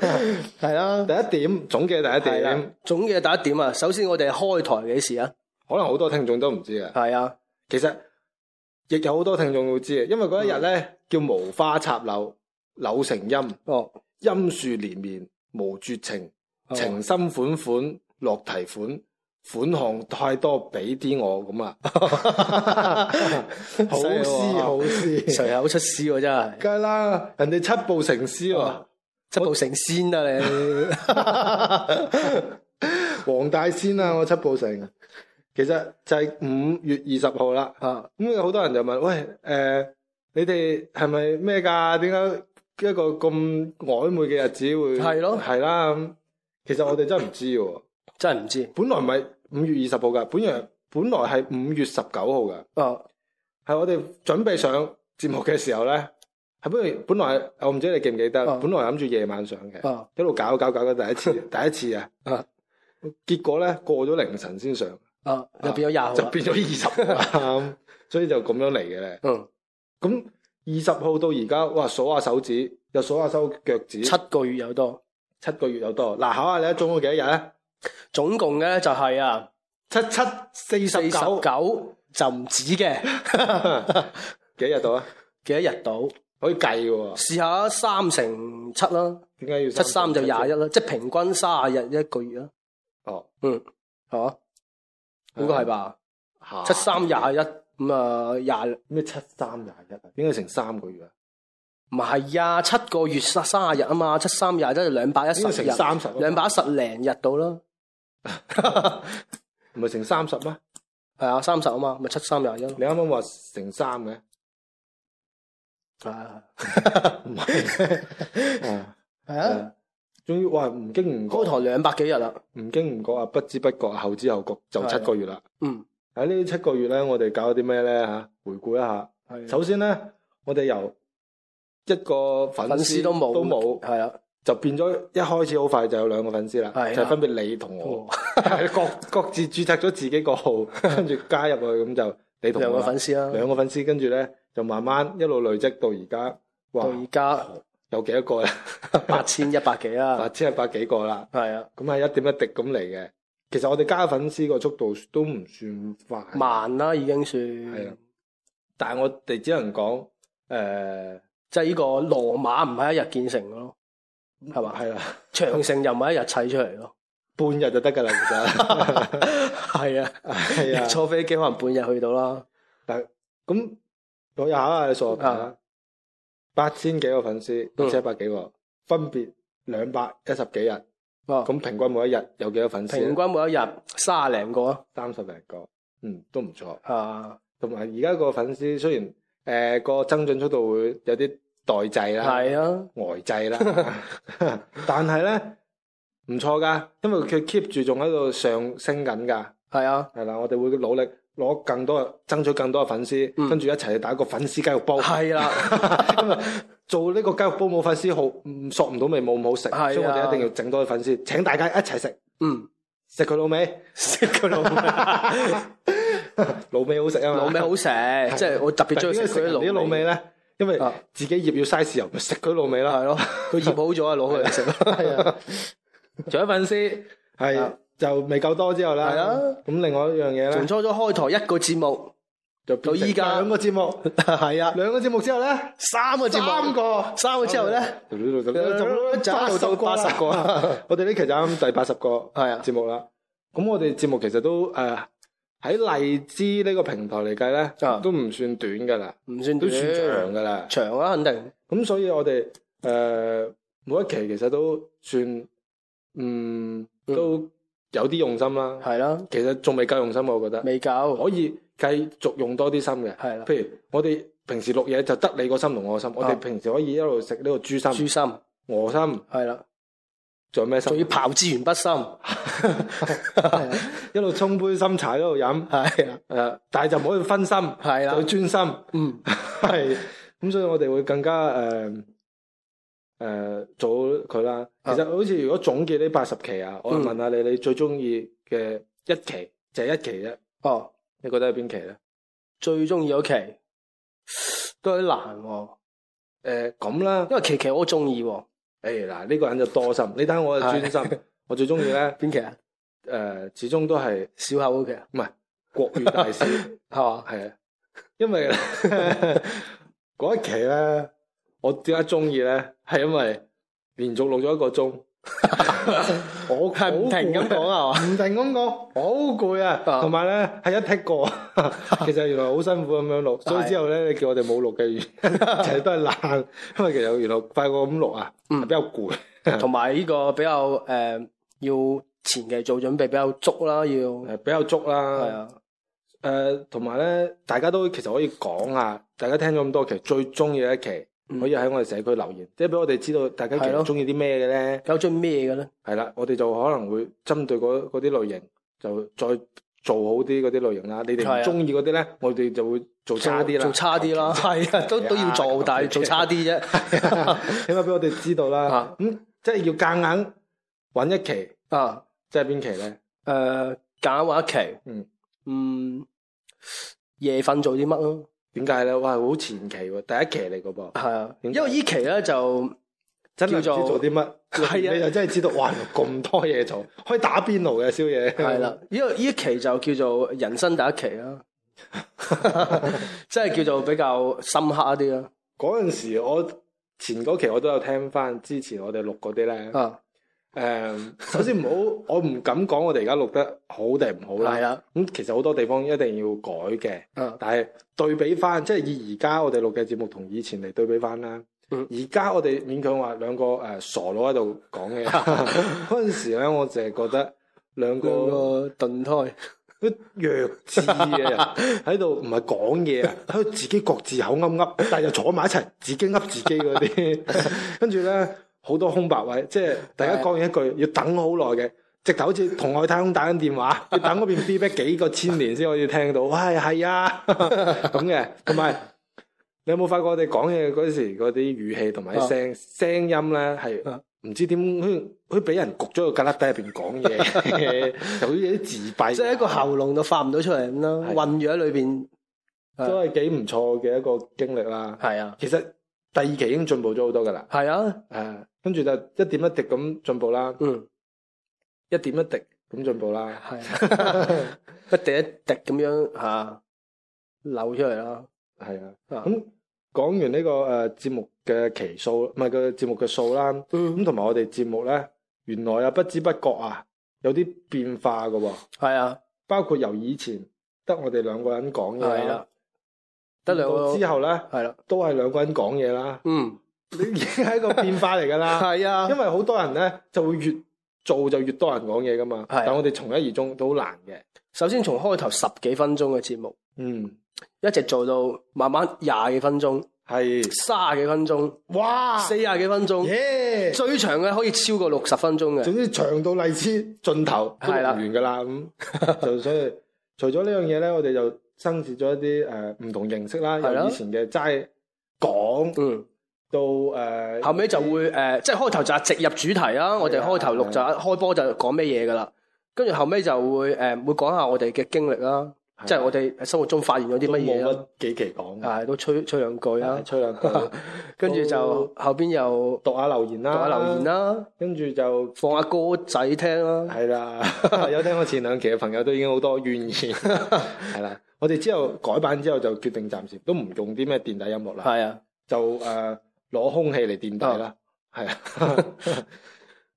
係啦，
第一點總結第一
係啦
點，。
總嘅第一點啊，首先我哋開台幾時啊？
可能好多聽眾都唔知嘅。
係啊，
其實亦有好多聽眾會知嘅，因為嗰一日咧叫無花插柳，柳成蔭，
哦，
陰樹連綿無絕情，
哦
情深款款落提款。款項太多，俾啲我咁 啊！好詩好 詩，
隨口出詩喎真係，
梗係啦，人哋七步成詩喎
哦。執到成仙啊 你，哦
黃大仙啊，我七步成，其實就係五月二十號啦。
啊
咁有好多人就問：喂，誒、你哋係咪咩㗎？點解一個咁曖昧嘅日子會
係咯
係啦咁？其實我哋真係唔知喎。
真係唔知
本來唔係五月二十號㗎，本來本來係五月十九號㗎。
哦，
係我哋準備上節目嘅時候咧，係不如本來係我唔知你記唔記得，
啊
本來諗住夜晚上嘅。
啊
一路搞搞搞嘅第一 次，第一次
啊
啊，結果咧過咗凌晨先上，
啊就變咗廿號
就
啦，
變咗二十 啦，所以就咁樣嚟嘅咧。
嗯
咁二十號到而家，哇數下手指，又數下手腳指，
七個月有多，
七個月有多。嗱，考下你一啊總共幾多日咧？
總共嘅咧就係、啊。
七七四
四
十
十
九
九就唔止嘅，
幾日到啊？
幾多日到？
可以計嘅喎，
試下三乘七啦，
點解要
七三就廿一？啦，即係平均三十日一個月啦，嗯
哦，
係嘛？應該係吧？
嚇？
七三廿一咁啊，廿
咩七三廿一啊？點解成三個月啊？
唔係啊，七個月三三十日啊嘛，七三廿一就兩百一
應
十
該成
日，
三十啊，
兩百一十零日到啦，
唔係成三十咩？
係啊，三十啊嘛，咪七三廿一咯，
你啱啱話成三嘅。
係啊
唔係，
係啊，
終於哇唔經唔
嗰
覺，
堂兩百幾日啦，
唔經唔覺啊，不知不覺後知後覺就七個月啦。
嗯，
喺呢七個月咧，我哋搞咗啲咩咧吓？回顧一下。
係
首先咧，我哋由一個粉
粉
絲
絲都冇，
都冇，
係啊，
就變咗一開始好快就有兩個粉絲啦，
係啊
就係分別你同我，
哦
各各自註冊咗自己 個號，跟住加入去咁就你同
兩
我
個
啦
粉啊絲啦，
兩個粉絲，跟住咧就慢慢一路累積到而家，哇
到而家
有幾多個咧？
八千一百幾
八
啦，
千一百幾個啦，
係啊，
咁係一點一滴咁嚟嘅。其實我哋加粉絲個速度都唔算快，
萬啦已經算，
係啊但係我哋只能講誒
即係呢個羅馬唔係一日建成嘅咯，係嘛？
係啦，
長城又唔係一日砌出嚟咯，
半日就得㗎啦，其 實
係啊，
係啊。
坐飛機可能半日去到啦，
咁我又考下你數學題啦
啊，
八千幾個粉絲，八
嗯
千一百幾個，分別兩百一十幾日，
哦，
咁平均每一日有幾多粉
平
絲？
均每一日卅零個啊
三十零個，嗯，都唔錯。
啊，
同埋而家個粉絲雖然誒個、增進速度會有啲代滯啦，
係啊，
呆 滯啦， 但係咧唔錯㗎，因為佢 keep 住仲喺度上升緊㗎。
係啊，
係啦，我哋會努力攞更多、爭取更多嘅粉絲，
嗯
跟住一齊去打個粉絲雞肉煲。
係啦，
因為啊做呢個雞肉煲冇粉絲好，唔索唔到味，冇咁好食，
係啊
所以我哋一定要整多啲粉絲，請大家一齊食，
嗯，
食佢老味，
食佢老味
老味好食啊嘛。
老味 好食，即係我特別中意食佢
但
啲
係點解人哋
老
啲老味
味，
咧，因為
啊
自己醃要嘥豉油，咪食佢老味啦。
係咯，佢醃好咗啊，攞佢嚟食，係啊，仲有粉絲，
係
啊
就未夠多之後啦。
係啊
咁另外一樣嘢
從
咧，
初初開台一個節目，
就
到依家
兩個節目，
係啊，
兩個節目之後 咧，
三個節
三
目，
個。
三個之後咧，
八
就
十
一路到
個
八十個
啦，
啦，
我哋呢期就啱第八十個
係啊，
節目啦。咁我哋節目其實都誒喺荔枝呢個平台嚟計
啊
咧，都唔算短噶啦，
唔算
都
短，
算長噶啦。
長啊，肯定
咁所以我哋誒每一期其實都算嗯
嗯
都有啲用心啦。
係啦，
其實仲未夠用心，我覺得
未夠，
可以繼續用多啲心嘅。
係啦，
譬如我哋平時錄嘢就得你個心同我個心，我哋
啊
平時可以一路食呢個豬
豬
心、
心
鵝心，
係啦，
仲有咩
仲
心
要？刨之源不 深，啊
一路沖杯心茶一路飲，
係啊，
誒、但係就唔可以分心，
係
就要
啦，
專心，
嗯，
係咁，所以我哋會更加誒誒、做好佢啦。其實好似如果總結呢八十期啊，我
啊嗯
問下你，你最中意嘅一期就係、一期啫，
哦，
你覺得係邊期咧？
最中意嗰期都有啲難喎，
誒咁啦，
因為期期我都中意喎，
誒哎嗱呢個人就多心，你睇我就專心，我最中意咧
邊期啊？
誒，始終都係
小口嗰期啊，
國語大 師。
係嘛？
系啊，因为嗰一期咧，我点解中意咧？系因为连续录咗一 个钟，我
係唔停咁講啊嘛
好 攰唔停咁讲，好攰啊！
啊
同埋咧系一剔过，其实原來好辛苦咁樣錄，所以之後咧你叫我哋冇錄嘅原 因，其實都係爛，因為其實原來快過咁錄啊，
嗯
比較攰，
同埋呢個比較誒、呃要前期做準備比較足啦，要
誒比較足
係
啦。
啊，
誒，呃同埋咧，大家都其實可以講下，大家聽咗咁多期，最中意嘅一期。
嗯
可以喺我哋社區留言，即係俾我哋知道大家其
係
實
咯
中意啲咩嘅咧。
搞咗咩嘅咧？
係啦，我哋就可能會針對嗰嗰啲類型，就再做好啲嗰啲類型啦。你
係
哋
啊
唔中意嗰啲咧，我哋就會做差啲啦，
做差啲啦，係啊，都都 要做，但係做差啲啫。
起碼俾我哋知道啦
啊。
咁即係要夾硬揾一期，
啊，
即係邊期咧？
誒、呃，揀玩一期，
嗯
嗯夜瞓做啲乜咯？
點解咧？哇，好前期喎，第一期嚟嘅噃，
係啊，因
點解
為呢期咧就
真係唔知
叫做
做啲乜，
係啊
你就真係知道，哇，原來咁多 嘢做，可以打邊爐嘅宵夜。
係啦，因為呢期就叫做人生第一期 啦， 即係叫做比較深刻一啲啦。
嗰陣時，我前嗰期我都有聽翻之前我哋錄嗰啲咧。誒、
啊，
首先唔好，我 唔敢講我哋而家錄得好定唔好
係啊
啦。
啦，
咁其實好多地方一定要改嘅，
嗯
但係對比翻，即係以而家我哋錄嘅節目同以前嚟對比翻啦。
嗯
而家我哋勉強話兩個誒、傻佬喺度 講嘅，嗰陣時咧，我淨係覺得兩
兩
個
個燉胎。
都弱智
啊
嘅人 喺度，唔係講嘢啊，喺 度自己各自口噏噏，但係又坐埋一齊，自己噏自己嗰啲。跟住咧，好多空白位，即係大家講完一句要等好耐嘅，直頭好似同外太空打緊電 話，要等嗰邊 feedback 幾個千年先可以聽到。喂，係啊，咁嘅，同埋你有冇發覺我哋講嘢嗰時嗰啲語氣同埋啲聲聲音咧係
啊
唔知點，好似好似俾人焗咗個旮旯底入邊講 嘢，就好似有啲自閉，
即係一個喉嚨就發唔到出嚟咁咯，
係
混咗喺裏邊。
都係幾唔錯嘅一個經歷啦。
係啊，
其實第二期已經進步咗好多噶啦，
係啊，
誒、跟住就一點一滴咁進步啦，
嗯，
一點一滴咁進 步啦。
係啊一滴一滴咁樣嚇流出嚟啦。
係啊，
啊
咁講完呢、個誒、呃、節目嘅期數，唔係個節目嘅數啦。
嗯
咁同埋我哋節目咧，原來啊不知不覺啊有啲變化嘅喎，
係啊，
包括由以前得我哋兩個人講嘢
係啦
啦，，
得兩
到
個
之後咧
係啦，
都係兩個人講嘢啦，
嗯，
你已經係一個變化嚟㗎啦。
係啊
因，為好多人咧就會越做就越多人講嘢噶嘛，
係啊
但我哋從一而終都好難嘅。
首先從開頭十幾分鐘嘅節目，
嗯，
一直做到慢慢廿幾分鐘、
係
卅幾分鐘、
哇
四廿幾分鐘，
耶！
最長嘅可以超過六十分鐘嘅。
總之長到荔枝盡頭都
係啦
唔完噶啦， 咁就所以除咗呢樣嘢咧，我哋就生設咗一啲誒唔同形式啦，
係啦
由以前嘅齋講
嗯，
到誒
後尾就會誒、呃即係開頭就係直入主題啦。我哋開頭錄就係啊開波就講咩嘢噶啦，跟住後尾就會誒、呃、會講下我哋嘅經歷啦，即係我啊哋生活中發現咗啲
都
乜嘢啊啦，
冇乜幾期講嘅，
啊都吹吹兩句啦，
吹兩 句，
跟住就後邊又
讀下留言
讀
啦，
下留言，啦，
跟住就
放下歌仔聽啦，
係啦， 有聽我前兩期嘅朋友都已經好多怨 言，係啦。我哋之後改版之後就決定暫時都唔用啲咩電底音樂啦，
係啊，
就呃誒攞、空氣嚟墊底啦，
哦
係啊。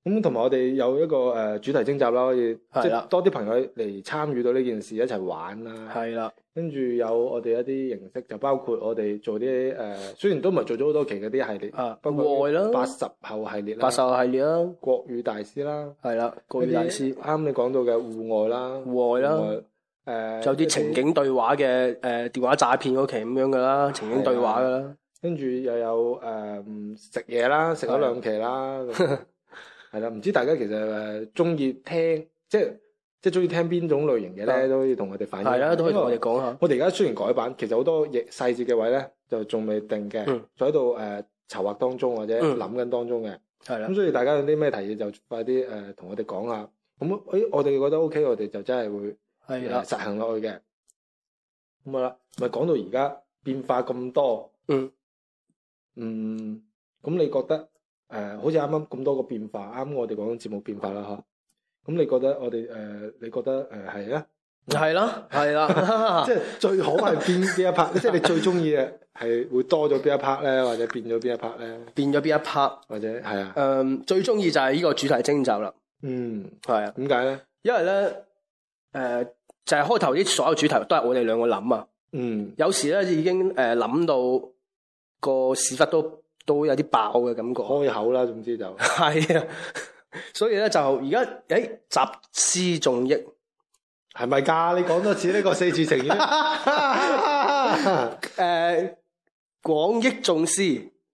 咁同埋我哋有一個誒、呃主題徵集啦，可以即
係啦
係多啲朋友嚟參與到呢件事，一齊玩啦。
係啦，
跟住有我哋一啲形式，就包括我哋做啲誒、呃，雖然都唔係做咗好多期嗰啲系列，
啊
包括
外啦
八十後系列啦，
八獸系列啦，
國語大師啦。
係啦，國語大師
一啲啱你講到嘅戶外啦，
戶外啦。
誒，
就有啲情，景對話嘅誒、呃、電話詐騙嗰期咁樣噶啦，情景對話噶啦，
跟住又有誒食嘢啦，食咗兩期 啦，咁係啦，唔知大家其實誒中意聽，即係即係中意聽邊種類型嘅咧，
嗯
都可以同我哋反映。
係啦，都可以同我哋
因為
講下。
我哋而家雖然改版，其實好多嘢細節嘅位咧就仲未定嘅
嗯，
就喺度誒籌劃當中或者
嗯
諗緊當中嘅。
係啦
咁，所以大家有啲咩提議就快啲誒同我哋講下。咁誒我哋覺得 OK，我哋就真係會。
係啊
誒
啦，
實行落去嘅。咁啊，咪講到而家變化咁多，
嗯
嗯，咁你覺得誒、呃好似啱啱咁多個變化，啱我哋講節目變化啦，嗬。咁你覺得我哋誒、呃你覺得誒係咧？
係啦，係啦，
即係最好係邊邊一 part？即係你最中意嘅係會多咗邊一 part 咧，或者變咗邊一 part 咧，
變咗邊一 part？
或者係啊，
誒，最中意就係呢個主題徵集啦，
嗯，
係啊，
點解咧？
因為咧誒、呃就係、開頭啲所有主題都係我哋兩個諗啊，
嗯，
有時咧已經誒諗、到個屎忽都都有啲爆嘅感覺，
開口啦，總之就
係啊， 所以咧就而家誒集思眾益。
係咪㗎？你講多次呢個四字成
誒
語。
呃廣益眾思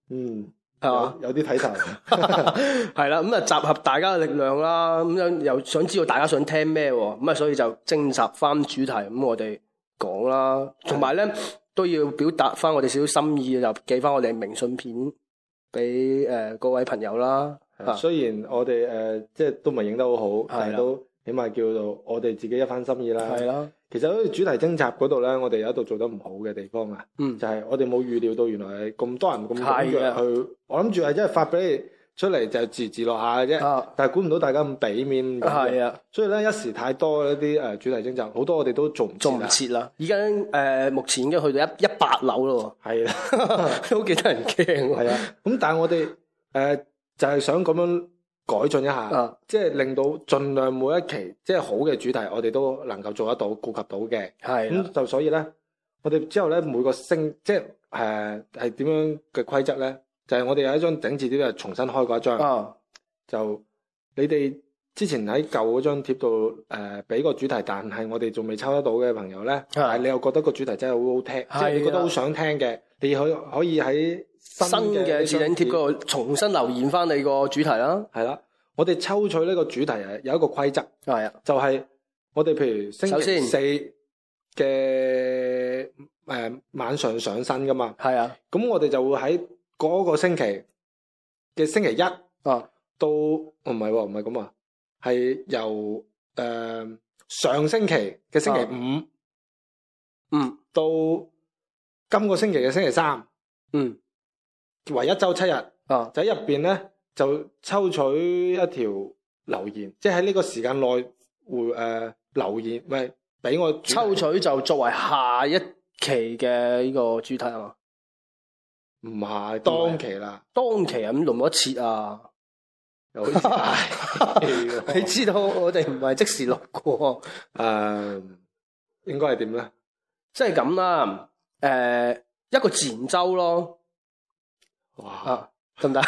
嗯，
係嘛？
有有啲睇頭，
係啦，咁啊集合大家嘅力量啦，咁樣又想知道大家想聽咩喎，咁啊所以就徵集翻主題，咁我哋講啦，同埋咧都要表達翻我哋少少心意，就寄翻我哋明信片俾誒各位朋友啦，啊
雖然我哋誒、呃即係都唔係影得好好，但係
啦
都起碼叫做我哋自己一番心意啦。
啊係啦，
其實好似主題徵集嗰度咧，我哋有一度做得唔好嘅地方啊，
嗯
就係我哋冇預料到原來係咁多人咁踴
係啊
躍去，我諗住係真係發俾你出嚟就自自落下嘅啫，
啊
但係估唔到大家咁俾面咁樣，
係啊，
所以咧一時太多一啲誒主題徵集，好多我哋都做唔
做唔
啦，
切啊啦，而家誒目前已經去到一一百樓 咯
係啦。
喎，都幾得人驚喎，
係啊， 咁但係我哋誒、呃就係、想咁樣改進一下，
啊
即係令到盡量每一期即係好嘅主題，我哋都能夠做得到、顧及到嘅。
係啊啦
咁，就所以咧，我哋之後咧每個星即係誒係點樣嘅規則咧，就係、我哋有一張整字碟，就重新開過一張，
啊
就你哋。之前喺舊嗰張貼度誒俾個主題，但係我哋仲未抽得到嘅朋
啊
友咧，但係你又覺得個主題真係好好聽，即係你覺得好想聽嘅，你可以可以喺新
新嘅置頂貼
嗰
嗰度重新留言翻你個主題啦，
係啦，我哋抽取呢個主題係有一個規則，
係啊，
就係、我哋譬如星
首
期
先
四嘅誒、晚上上新噶嘛，
係啊，
咁我哋就會喺嗰個星期嘅星期一
啊
到唔係喎，唔係咁啊，係由誒、上星期嘅星期
啊
五
嗯
到今個星期嘅星期三
嗯
為一周七日。
啊，
就喺入邊咧就抽取一條留言，即係喺呢個時間內回誒、呃留言，唔係俾我主題
抽取就作為下一期嘅呢個主題啊嘛，
唔係當期啦，
當期係咁弄一次啊。
又 好似 唉
你知道我哋唔係即時錄過，
誒應該係點咧？
即係咁啦。誒、一個前週咯，
哇！
啊得 唔得？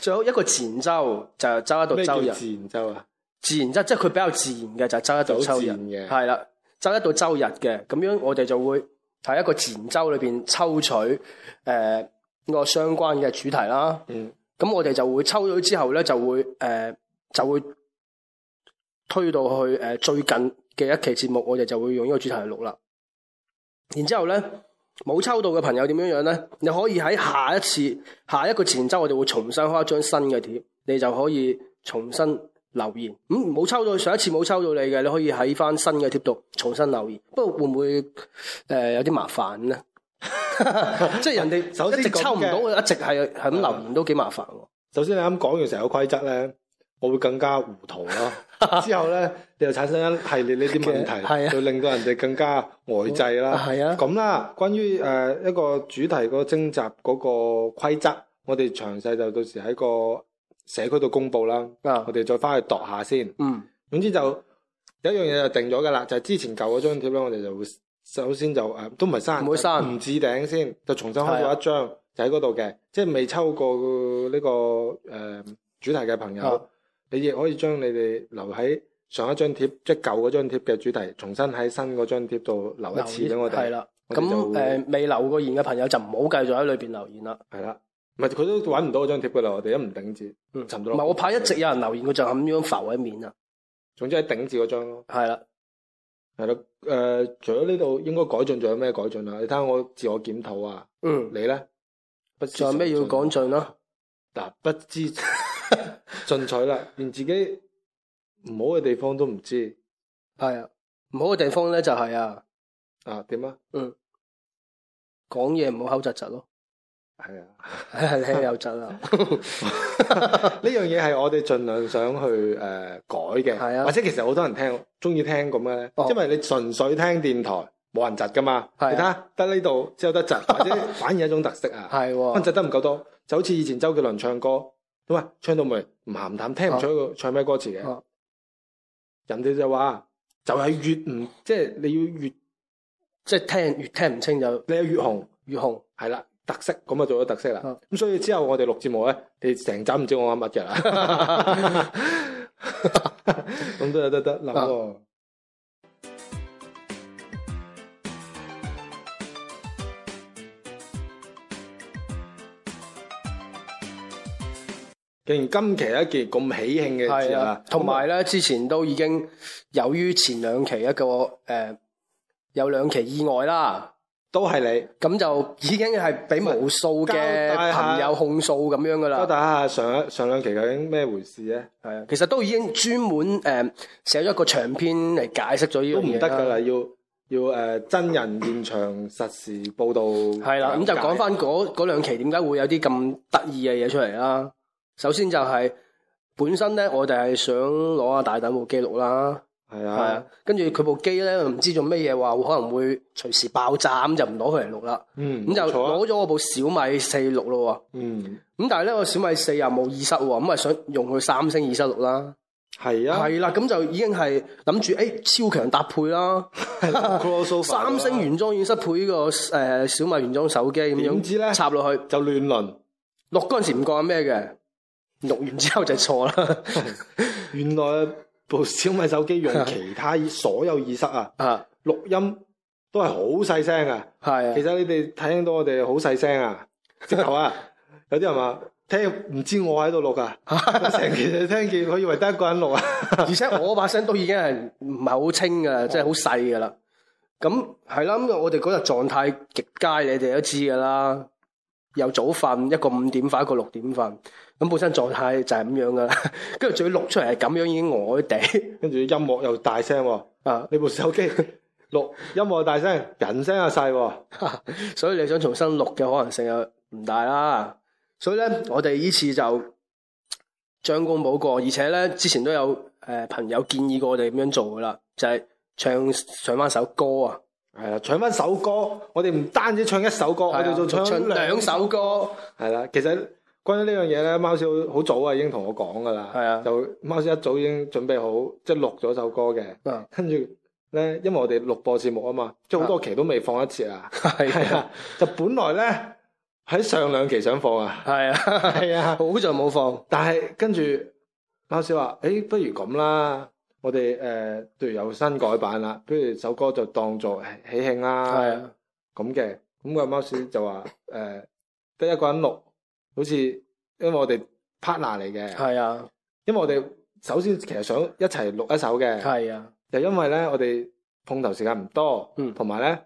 最好一個前週就周一到
咩叫
周日，
自然周啊？
自然周即係佢比較自然嘅就係周一到周
自
日
然，嘅
係啦，周一到周日嘅咁樣，我哋就會喺一個前週裏邊抽取誒、呃、個相關嘅主題啦。
嗯，
咁我哋就會抽咗之後咧，就會誒、呃就會推到去誒、呃最近嘅一期節目，我哋就會用呢個主題去錄啦。然之後咧，冇抽到嘅朋友點樣樣咧？你可以喺下一次、下一個前週，我哋會重新開一張新嘅貼，你就可以重新留言。咁、冇抽到上一次冇抽到你嘅，你可以喺翻新嘅貼度重新留言。不過會唔會誒、呃有啲麻煩咧？ 即係人哋
首先
一直抽唔
咁嘅
到，一直係係咁啊留言都幾麻煩喎。
首先你啱講完成個規則咧，我會更加糊 塗咯。之後咧，你又產生一系列呢啲問
嘅 係
題，
啊
就令到人哋更加呆滯啦。
係啊，
咁啦，關於誒、呃一個主題個徵集嗰個規則，我哋詳細就到時喺個社區度公佈啦。
啊
我，哋再翻去度下先。
嗯，
總之就有一樣嘢就定咗㗎啦，就係、之前舊嗰張貼咧，我哋就會首先就誒、呃都唔係刪，
唔會刪
唔置頂先，就重新開
係啊
咗一張，就喺嗰度嘅。即係未抽過呢、個誒、呃主題嘅朋友，
啊
你亦可以將你哋留喺上一張貼，即係舊嗰張貼嘅主題，重新喺新嗰張貼度留一次俾我哋。
係啦。
我
咁
哋就
誒、未留過言嘅朋友就唔好繼續喺裏邊留言啦。
系啦，唔係佢都揾唔到嗰張貼噶啦，我哋一唔頂字，
嗯
沉
唔
到落
係我怕一直有人留言，佢就咁樣浮喺面啊。
總之喺頂字嗰張咯，
係啦，
係啦，诶、除咗呢度應該改進，仲有咩改進啊？你睇下我自我檢討啊，
嗯，
你咧？不知
仲有咩要
進取
講盡啦？
嗱，不知 進取啦，連自己唔好嘅地方都唔知
係啊，唔好嘅地方咧就係啊，
啊？點啊？
講嘢唔好口窒窒咯。
係啊。
你有窒啊？
呢樣嘢係我哋盡量想去誒、呃改嘅，
係啊
或者其實好多人聽中意聽咁嘅咧，
哦
因為你純粹聽電台冇人窒噶嘛，
係啊
你睇下得呢度只有得窒，或者反而係一種特色啊，
係
可能
喎，
窒得唔夠多，就好似以前周杰倫唱歌，咁啊唱到咪唔鹹淡，聽唔出佢唱咩歌詞嘅，
哦
人哋就話就係越唔即係你要越
即係聽越聽唔清就
你要越紅。
越紅。
係啦，特色咁就做咗特色啦。咁
啊、
所以之後我哋錄節目咧，你成集唔知我啱乜嘅啦。 咁都有得得諗喎。既然今期係一件咁喜慶嘅事
係
啦
啊，，同埋咧，之前都已經由於前兩期一個誒、有兩期意外啦，
都係你
咁就已經係俾無數嘅朋友控訴咁樣噶
交
啦，
代下上一上兩期究竟咩回事咧？
係啊，其實都已經專門誒寫咗一個長篇嚟解釋咗呢
都
樣
唔
嘢
得噶啦，。要要誒、呃真人現場實時報導。
係
啊
啦，咁就講翻嗰嗰兩期點解會有啲咁得意嘅嘢出嚟啦。首先就係本身咧，我哋係想攞下大膽部記錄啦，
係
係
啊
啊，，跟住佢部機咧唔知做乜嘢話，可能會隨時爆炸，咁就唔攞佢嚟錄啦。
嗯，
咁就
冇錯啊
攞咗我部小米四六咯喎。
嗯
咁但係咧，我小米四又冇耳塞喎，咁啊想用佢三星耳塞六啦，
係啊，
係啦，咁就已經係諗住誒超強搭配 啦，
crossover
三星原裝耳塞配呢個誒、呃小米原裝手機咁
點
樣
知咧
插落去，
就亂倫，
錄嗰陣時唔覺係咩嘅，錄完之後就錯啦，
原來部 小米手機用其他耳所有耳塞 啊，
啊
錄音都係好細聲啊。
係
其
啊，
實你哋睇到我哋好細聲啊，直頭啊， 有啲人話聽唔知我喺度錄噶， 成期你聽見，我以為得一個人錄啊。
而且我把聲都已經係唔係好清噶啦，即係好細噶啦。咁係啦，咁我哋嗰日狀態極佳，你哋都知噶啦。又早瞓，一個五點瞓，一個六點瞓。咁本身狀態就係咁樣噶啦， 跟住仲要錄出嚟係咁樣，已經呆地
跟住音樂又大聲喎，
啊！
你部手機錄音樂大聲，人聲又細喎。
所以你想重新錄嘅可能性又唔大啦。所以咧，我哋呢次就將功補過，而且咧之前都有誒、呃朋友建議過我哋咁樣做噶啦，就係、唱唱翻首歌啊。
系啦，唱翻首歌，我哋唔單止唱一首歌，我
啊
哋仲啊
兩
唱兩首。
首歌，
係啦，其實關於呢樣嘢咧，貓少好早啊已經同我講噶啦。
係啊
就貓少一早已經準備好，即係錄咗首歌嘅。
嗯
跟住咧，因為我哋錄播節目啊嘛，即係好多期都未放一次啊。係
係啊，
啊，就本來咧喺上兩期想放啊，
係啊，
係啊，
好在冇放，
但係跟住貓少話：，诶、不如咁啦，我哋诶，譬、如有新改版啦，不如首歌就當做喜慶啦。
係啊，
咁嘅，咁個貓屎就話誒，呃得、一個人錄，好似因為我哋 partner 嚟嘅，
係啊，
因為我哋首先其實想一齊錄一首嘅，
係啊，
就因為咧我哋碰頭時間唔多
嗯，
同埋咧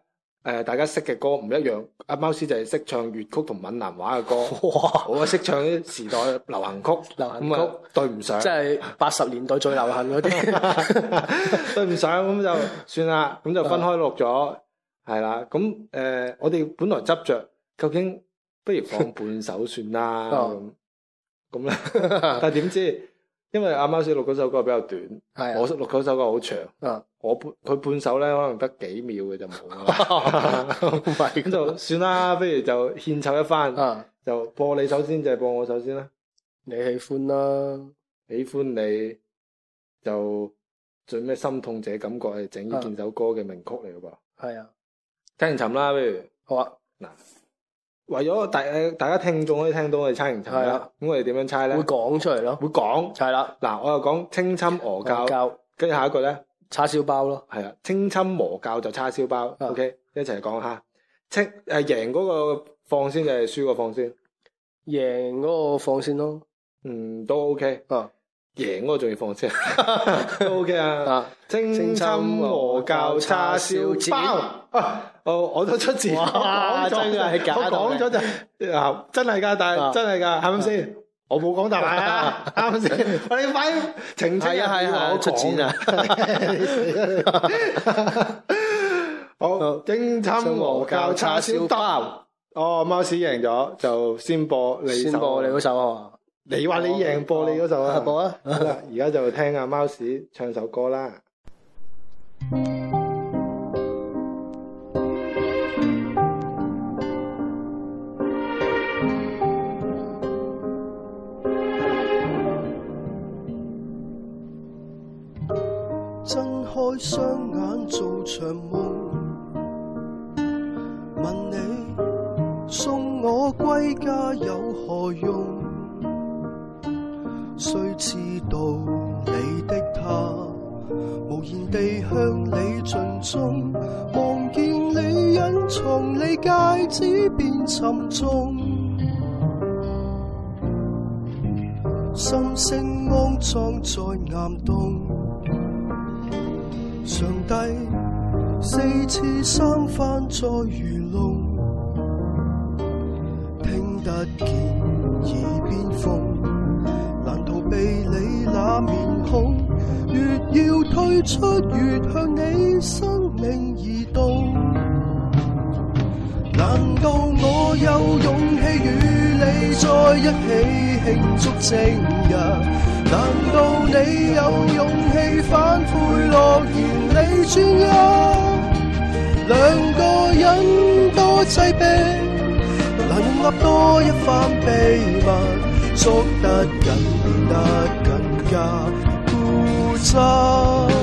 誒大家識嘅歌唔一樣，阿貓屎就係識唱粵曲同閩南話嘅歌，
哇，
我識唱啲時代流行曲，
流行
咁啊
曲
對唔上
即。係八十年代最流行嗰 啲，
對唔上咁就算啦，咁就分開錄咗，係啦。咁诶、呃我哋本來執着，究竟不如放半首算啦咁
哦
咁咧， 但係點知，因為阿貓史錄嗰首歌比較短，
係
我
啊，
錄嗰首歌好長，
嗯
我半佢半首咧可能得幾秒嘅就冇啦，
唔係
咁就算啦，不如就獻醜一 番，
啊，
就播你首先，就係播我首先啦。
你喜歡啦，
喜歡你就最咩心痛者感覺係整呢件首歌嘅名曲嚟嘅噃。
係啊，
猜言尋啦，不如
好啊，
為咗大呃大家聽眾可以聽到我哋猜言尋
係
啦
啊。
咁我哋點樣猜咧？
會講出嚟咯，
會講
係啦，
嗱，我又講清侵鵝教，
教
跟住下一個咧
叉燒包咯，
係啦，清啊侵鵝教就叉燒包。
啊
OK，一齊講下清誒贏嗰個放先定係輸個放先？
贏嗰個放先咯，
嗯，都 OK。
啊
贏嗰個仲要放 先，都 OK 啊。
啊，
清侵鵝教叉燒包啊！哦，我都出字，我
哇
講咗
真係假
我
到
講
你
咗就啊，真係㗎，但係
啊
真係㗎，係咪先？我冇講大話 啊，啱唔先？我哋快澄清
係啊係啊
我
出
講
錢啊
㗎！ 好，清侵鵝教叉燒包。哦，貓屎贏咗，就先播你首
先播你嗰首啊，
你話你贏播你嗰首啊？
播啊，
好啦，而家就聽阿貓屎唱首歌啦。
睜開雙眼做場夢，問你送我歸家有何用？雖知道你的他無言地向你盡忠，望見你隱藏你戒指變沉重。心聲安葬在岩洞。上帝四次三番再愚弄，聽得見耳邊風，難逃避你那面孔，越要退出越向你生命移動。難道我有勇氣與你在一起慶祝正日？難道你有勇氣反悔諾言你專一？兩個人多擠迫，難容納多一番秘密，捉得緊變得更加固執。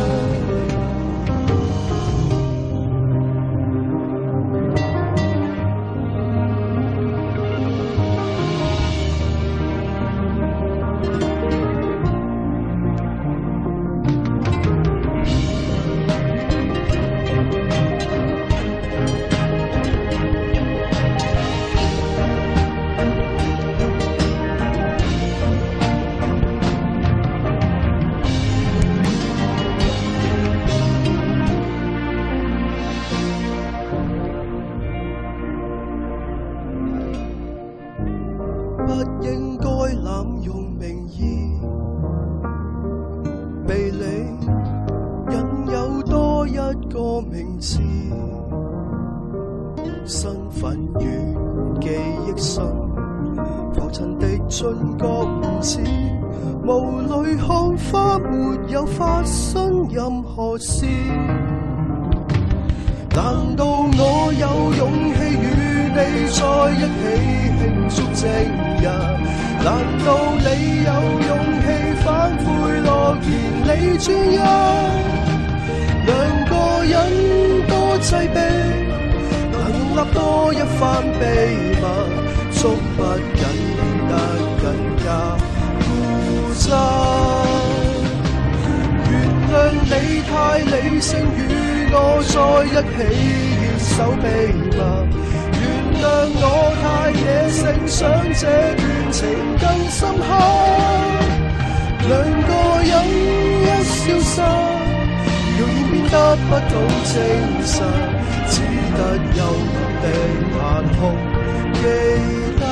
多一個名字，身份如記憶深，浮塵的盡覺唔知，無淚看花，沒有發生任何事。難道我有勇氣與你在一起慶祝正日？難道你有勇氣反悔諾言你專一？兩個人多擠迫，難容納多一番秘密，觸不緊得更加固執。原諒你太理性，與我在一起要守秘密。原諒我太野性，想這段情更深刻。兩個人一消失，容易變得不懂證實，只得幽暗的眼紅記得。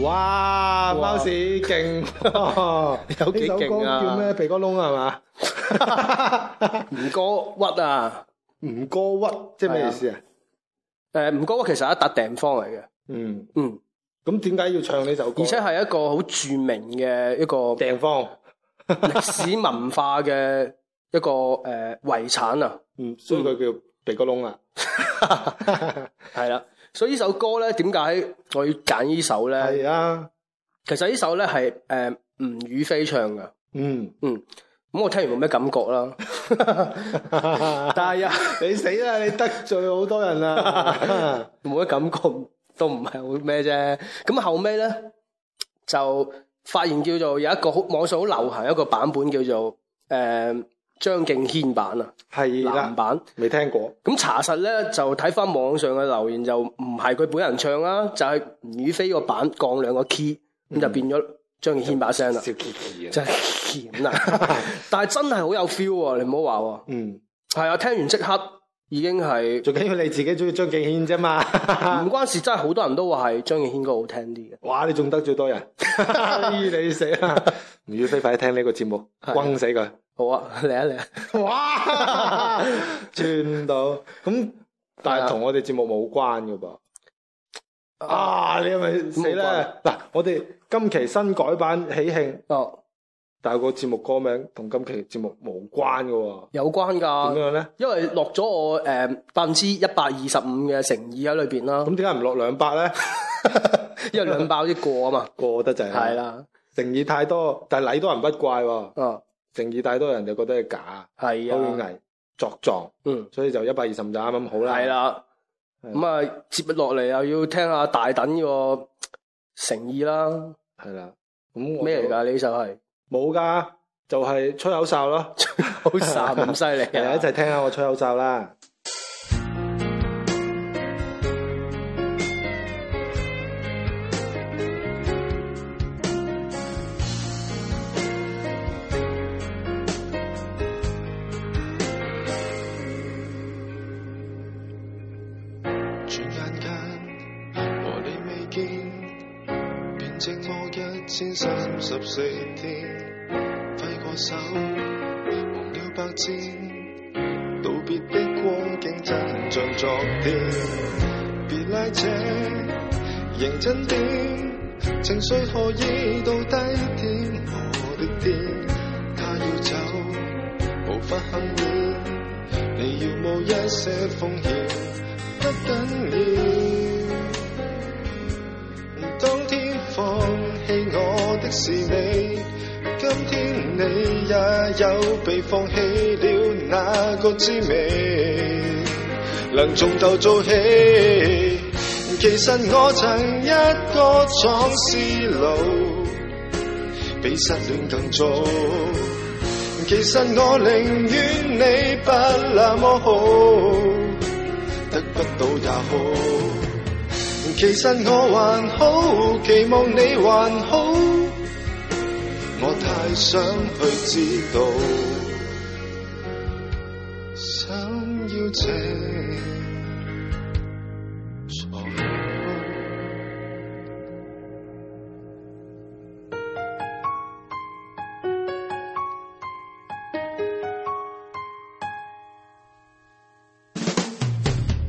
哇，
哇
貓屎 勁，
有幾
呢首
勁
歌
啊
叫咩？鼻哥窿係嘛？
吳哥屈啊，
吳哥屈即係咩意思啊？
诶，吳哥屈其實係一笪地方嚟嘅，
嗯，
嗯，
咁點解要唱呢首歌？
而且係一個好著名嘅一個
地方，
歷史文化嘅一個诶遺產啊，
嗯，所以佢叫鼻哥窿啦。
係啦，所以呢首歌咧，點解我要揀呢首咧？
係啊，
其實呢呃首咧係诶吳雨霏唱嘅，
嗯，
嗯，咁我聽完冇咩感覺啦，但係啊。
你死啦！你得罪好多人啦。
冇乜感覺，都唔係好咩啫。咁後尾咧就發現叫做有一個好網上好流行一個版本叫做誒、呃、張敬軒版啊，
係
男
啦，
版。
未聽過。
咁查實咧就睇翻網上嘅留言就唔係佢本人唱啦，就係、吳雨霏個版降兩個 key，咁、就
嗯
變咗張敬軒把聲啦，
小 Kiki 啊，
真係險啊！但係真係好有 feel 喎、你唔好話
嗯，
喎。係啊，聽完即刻已經係
最緊要你自己中意張敬軒啫嘛。啊
唔關事，真係好多人都話係張敬軒歌好聽啲嘅。
哇！你仲得罪多人， 你死啦！吳雨霏快啲聽呢個節目，
係
轟死佢！
好啊，嚟啊嚟啊！
哇！轉到咁，但係同我哋節目冇關噶噃。啊！你係咪死啦？嗱，我哋今期新改版喜慶，
哦，
但係個節目歌名同今期節目冇關噶
有關
喎。點啊
㗎，
樣咧？
因為落咗我誒百分之一百二十五嘅誠意喺裏邊啦，
咁點解唔落兩百 咧？
因為兩包啲過 啊嘛，
過得滯
係，啦，
誠意太多，但係禮多人不怪喎。
啊
誠意太多，人哋覺得係假，
係
好
啊，
偽作狀，
嗯，
所以就一百二十五就啱啱好啦。
係啦，咁啊接落嚟又要聽下大等呢個誠意啦，
系啦，咁我
咩嚟
就？
㗎？呢首 係
冇噶，就係吹口哨咯。
好散 咁犀利
係啊
啊！
一齊聽下我吹口哨啦。
轉眼間和你未見，便寂寞一千三十四天。揮過手，忘了百戰，道別的光景真像昨天。別拉扯，認真點，情緒何以到低點？我的天，他要走，無法幸免，你要冒一些風險。不緊要。當天放棄我的是你，今天你也有被放棄了那個滋味，能從頭做起。其實我曾一個闖思路，比失戀更早。其實我寧願你不那麼好。得不到也好。其實我還好，期望你還好，我太想去知道。心想要這床鋪。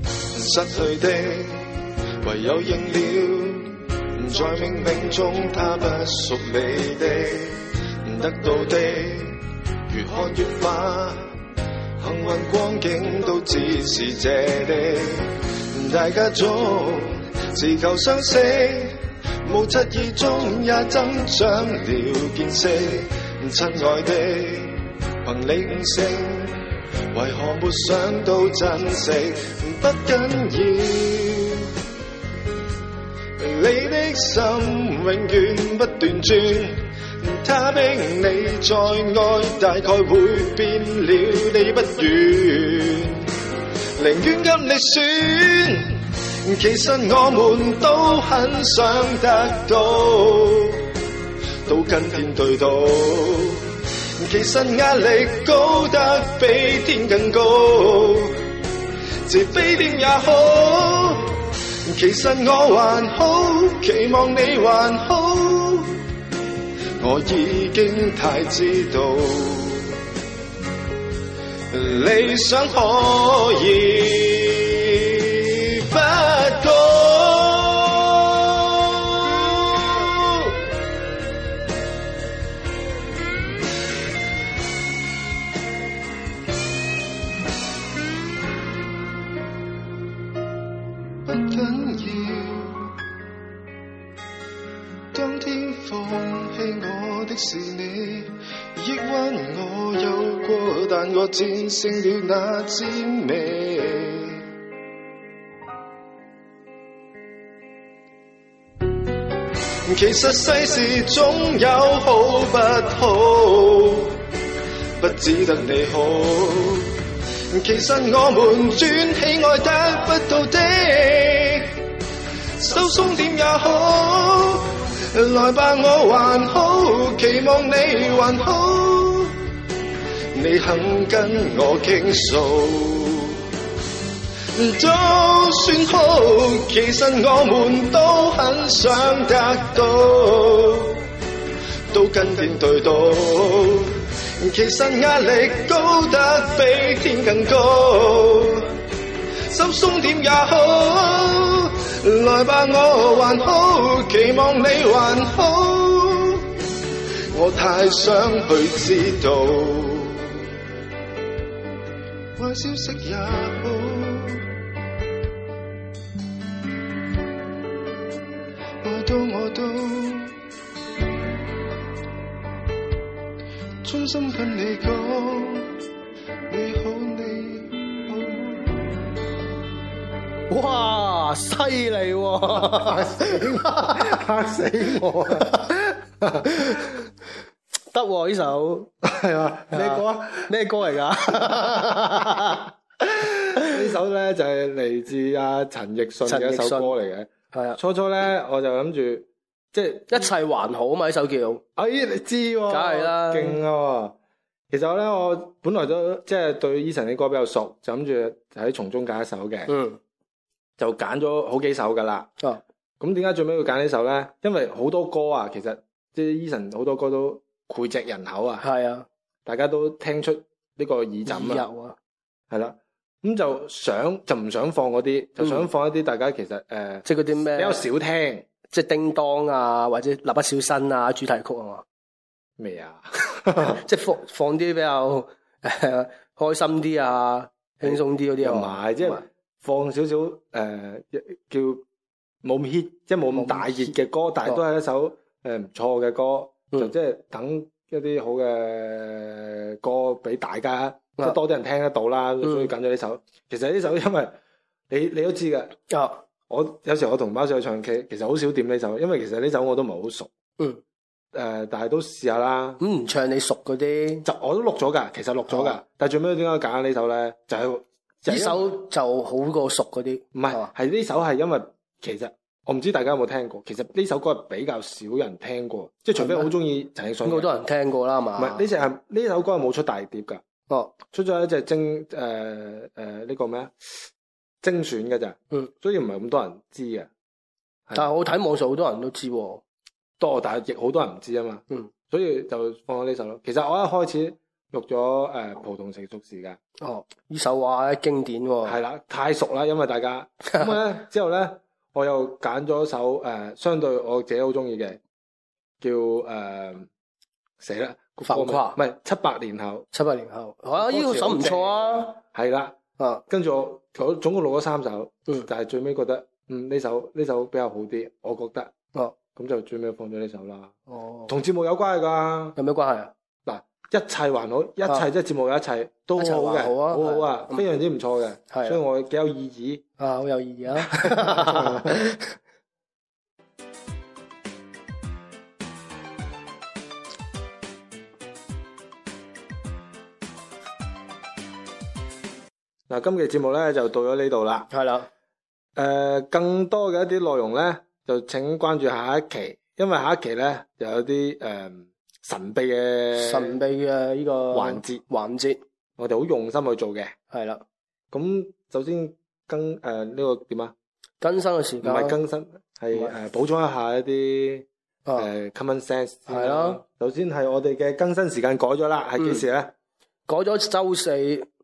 失去的，唯有認了，在冥冥中它不屬你的，得到的如看月花，幸運光景都只是這的。大家早自求相識，無質疑中也增長了見識。親愛的，憑你悟性。為何沒想到珍惜？不緊要，你的心永遠不斷轉，他逼你再愛，大概會變了你不願，寧願跟你選。其實我們都很想得到，都跟天對賭。其實壓力高得比天更高，自卑點也好。其實我還好，期望你還好，我已經太知道。理想可以不高。不緊要。當天放棄我的是你，抑鬱我有過，但我戰勝了那滋味。其實世事總有好不好，不只得你好。其實我們專喜愛得不到的，收鬆點也好。來吧，我還好，期望你還好。你肯跟我傾訴，都算好。其實我們都很想得到，都跟天對賭。其實壓力高得比天更高，心鬆點也好。來吧，我還好，期望你還好。我太想去知道，壞消息也好，我都我都。衷心跟你講，你好，你好。
哇，犀利 喎！
嚇死我啊！
得喎呢首，
係啊， 你講啊！
咩歌嚟 噶？
呢首咧就係嚟自阿陳奕迅嘅一首歌嚟嘅。
係啊，
初初咧我就諗住即係
一切還好啊嘛！呢首叫
哎，你知喎、
梗係啦
勁啊！其實咧，我本來都即係對 Eason 啲歌比較熟，就諗住喺從中揀一首嘅，
嗯
就揀咗好幾首噶啦。
哦，
咁點解最尾要揀呢首咧？因為好多歌啊，其實即係 Eason 好多歌都膾炙人口啊，
係啊，
大家都聽出呢個耳
耳
枕啊，
油啊，
係啦。咁就想就唔想放嗰啲，就
嗯
想放一啲大家其實誒、呃
即係嗰啲
比較
咩，
少聽
即係叮當啊，或者蠟筆小新啊，主題曲啊嘛，
未啊？
即 係放放啲比較 誒開心啲啊，輕鬆啲嗰啲
又
啊
哦唔
嘛，
係，即係放少少誒、呃叫冇咁 hit，即係冇咁大熱嘅歌，但係都係一首誒唔錯嘅歌，
嗯
就即係等一啲好嘅歌俾大家，即係
啊
多啲人聽得到啦，所以揀咗呢首。其實呢首 因為你你都知嘅，
啊，
我有時我同包仔去唱 K，其實好少點呢首，因為其實呢首我都唔係好熟。
嗯。
誒、但係都試下啦。
咁唔唱你熟嗰啲，
就我都錄咗㗎，其實錄咗㗎，
哦
但係最尾點解揀呢首咧？就係、就係
呢
因為
首就好過熟嗰啲，
唔
係
係
嘛，
係呢首係因為其實我唔知大家有冇聽過，其實呢首歌係比較少人聽過，即係除非
係咩
好中意陳奕迅
咁
嘅。
好多人聽過啦係啊
唔
嘛，
係呢隻係呢首歌係冇出大碟㗎，
哦，
出咗一隻精誒誒呢個咩啊精選嘅咋，
嗯，
所以唔係咁多人知嘅，係
但係我睇網上好多人都知喎，
多，但係亦好多人唔知啊嘛，
嗯，
所以就放咗呢首咯。其實我一開始錄咗誒《葡萄成熟時》嘅，
哦，呢首話經典喎，
係啦，太熟啦，因為 大家咁咧之後咧，我又揀咗首誒、呃相對我自己好中意嘅，叫誒死啦，個
浮誇
歌名唔係七百年後，
七八年後，啊，呢個首唔錯啊，，
係啦。
啊，
跟住我我總共錄咗三首，
嗯
但係最尾覺得嗯呢首呢首比較好啲，我覺得
哦，
咁就最尾放咗呢首啦。
哦，
同節目有關係㗎，
有咩關係啊？
一切還好，一切即係節目有一切都好好
一切
嘅，
還好啊
好好啊，
係
非常之唔錯
係
嘅，所以我幾有意義。
啊，好有意義 啊！
嗱，今期節目咧就到咗呢度啦。
係啦，
誒、更多嘅一啲內容咧，就請關注下一期，因為下一期咧就有啲誒、神秘嘅
神秘嘅呢個
環節，
環節
我哋好用心去做嘅。
係啦，
咁首先更誒呢、個點啊？
更新嘅時
唔
間
係更新，係
唔
誒、
係
補充一下一啲誒、
啊，
呃 common sense 先啦
係咯。嗯
首先係我哋嘅更新時間改咗啦，係幾時咧？
改咗周四，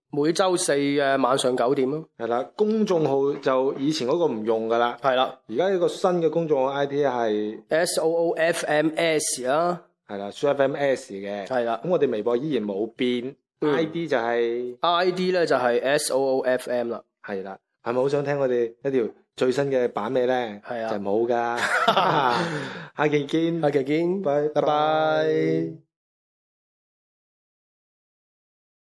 每周四嘅晚上九點咯，
係啦、公眾號就以前嗰個唔用噶啦，
係啦
而家呢個新嘅公眾號 I T 係
，S O O F M S 啊啦，
係啦 s u f m s 嘅。
係啦
咁我哋微博依然冇變、
嗯
i D 就係
，I D 咧就係 S O O F M 啦，
係啦。係咪好想聽我哋一條最新嘅版尾咧？
係啊
就冇㗎。下期見，
下期見，
拜
拜拜。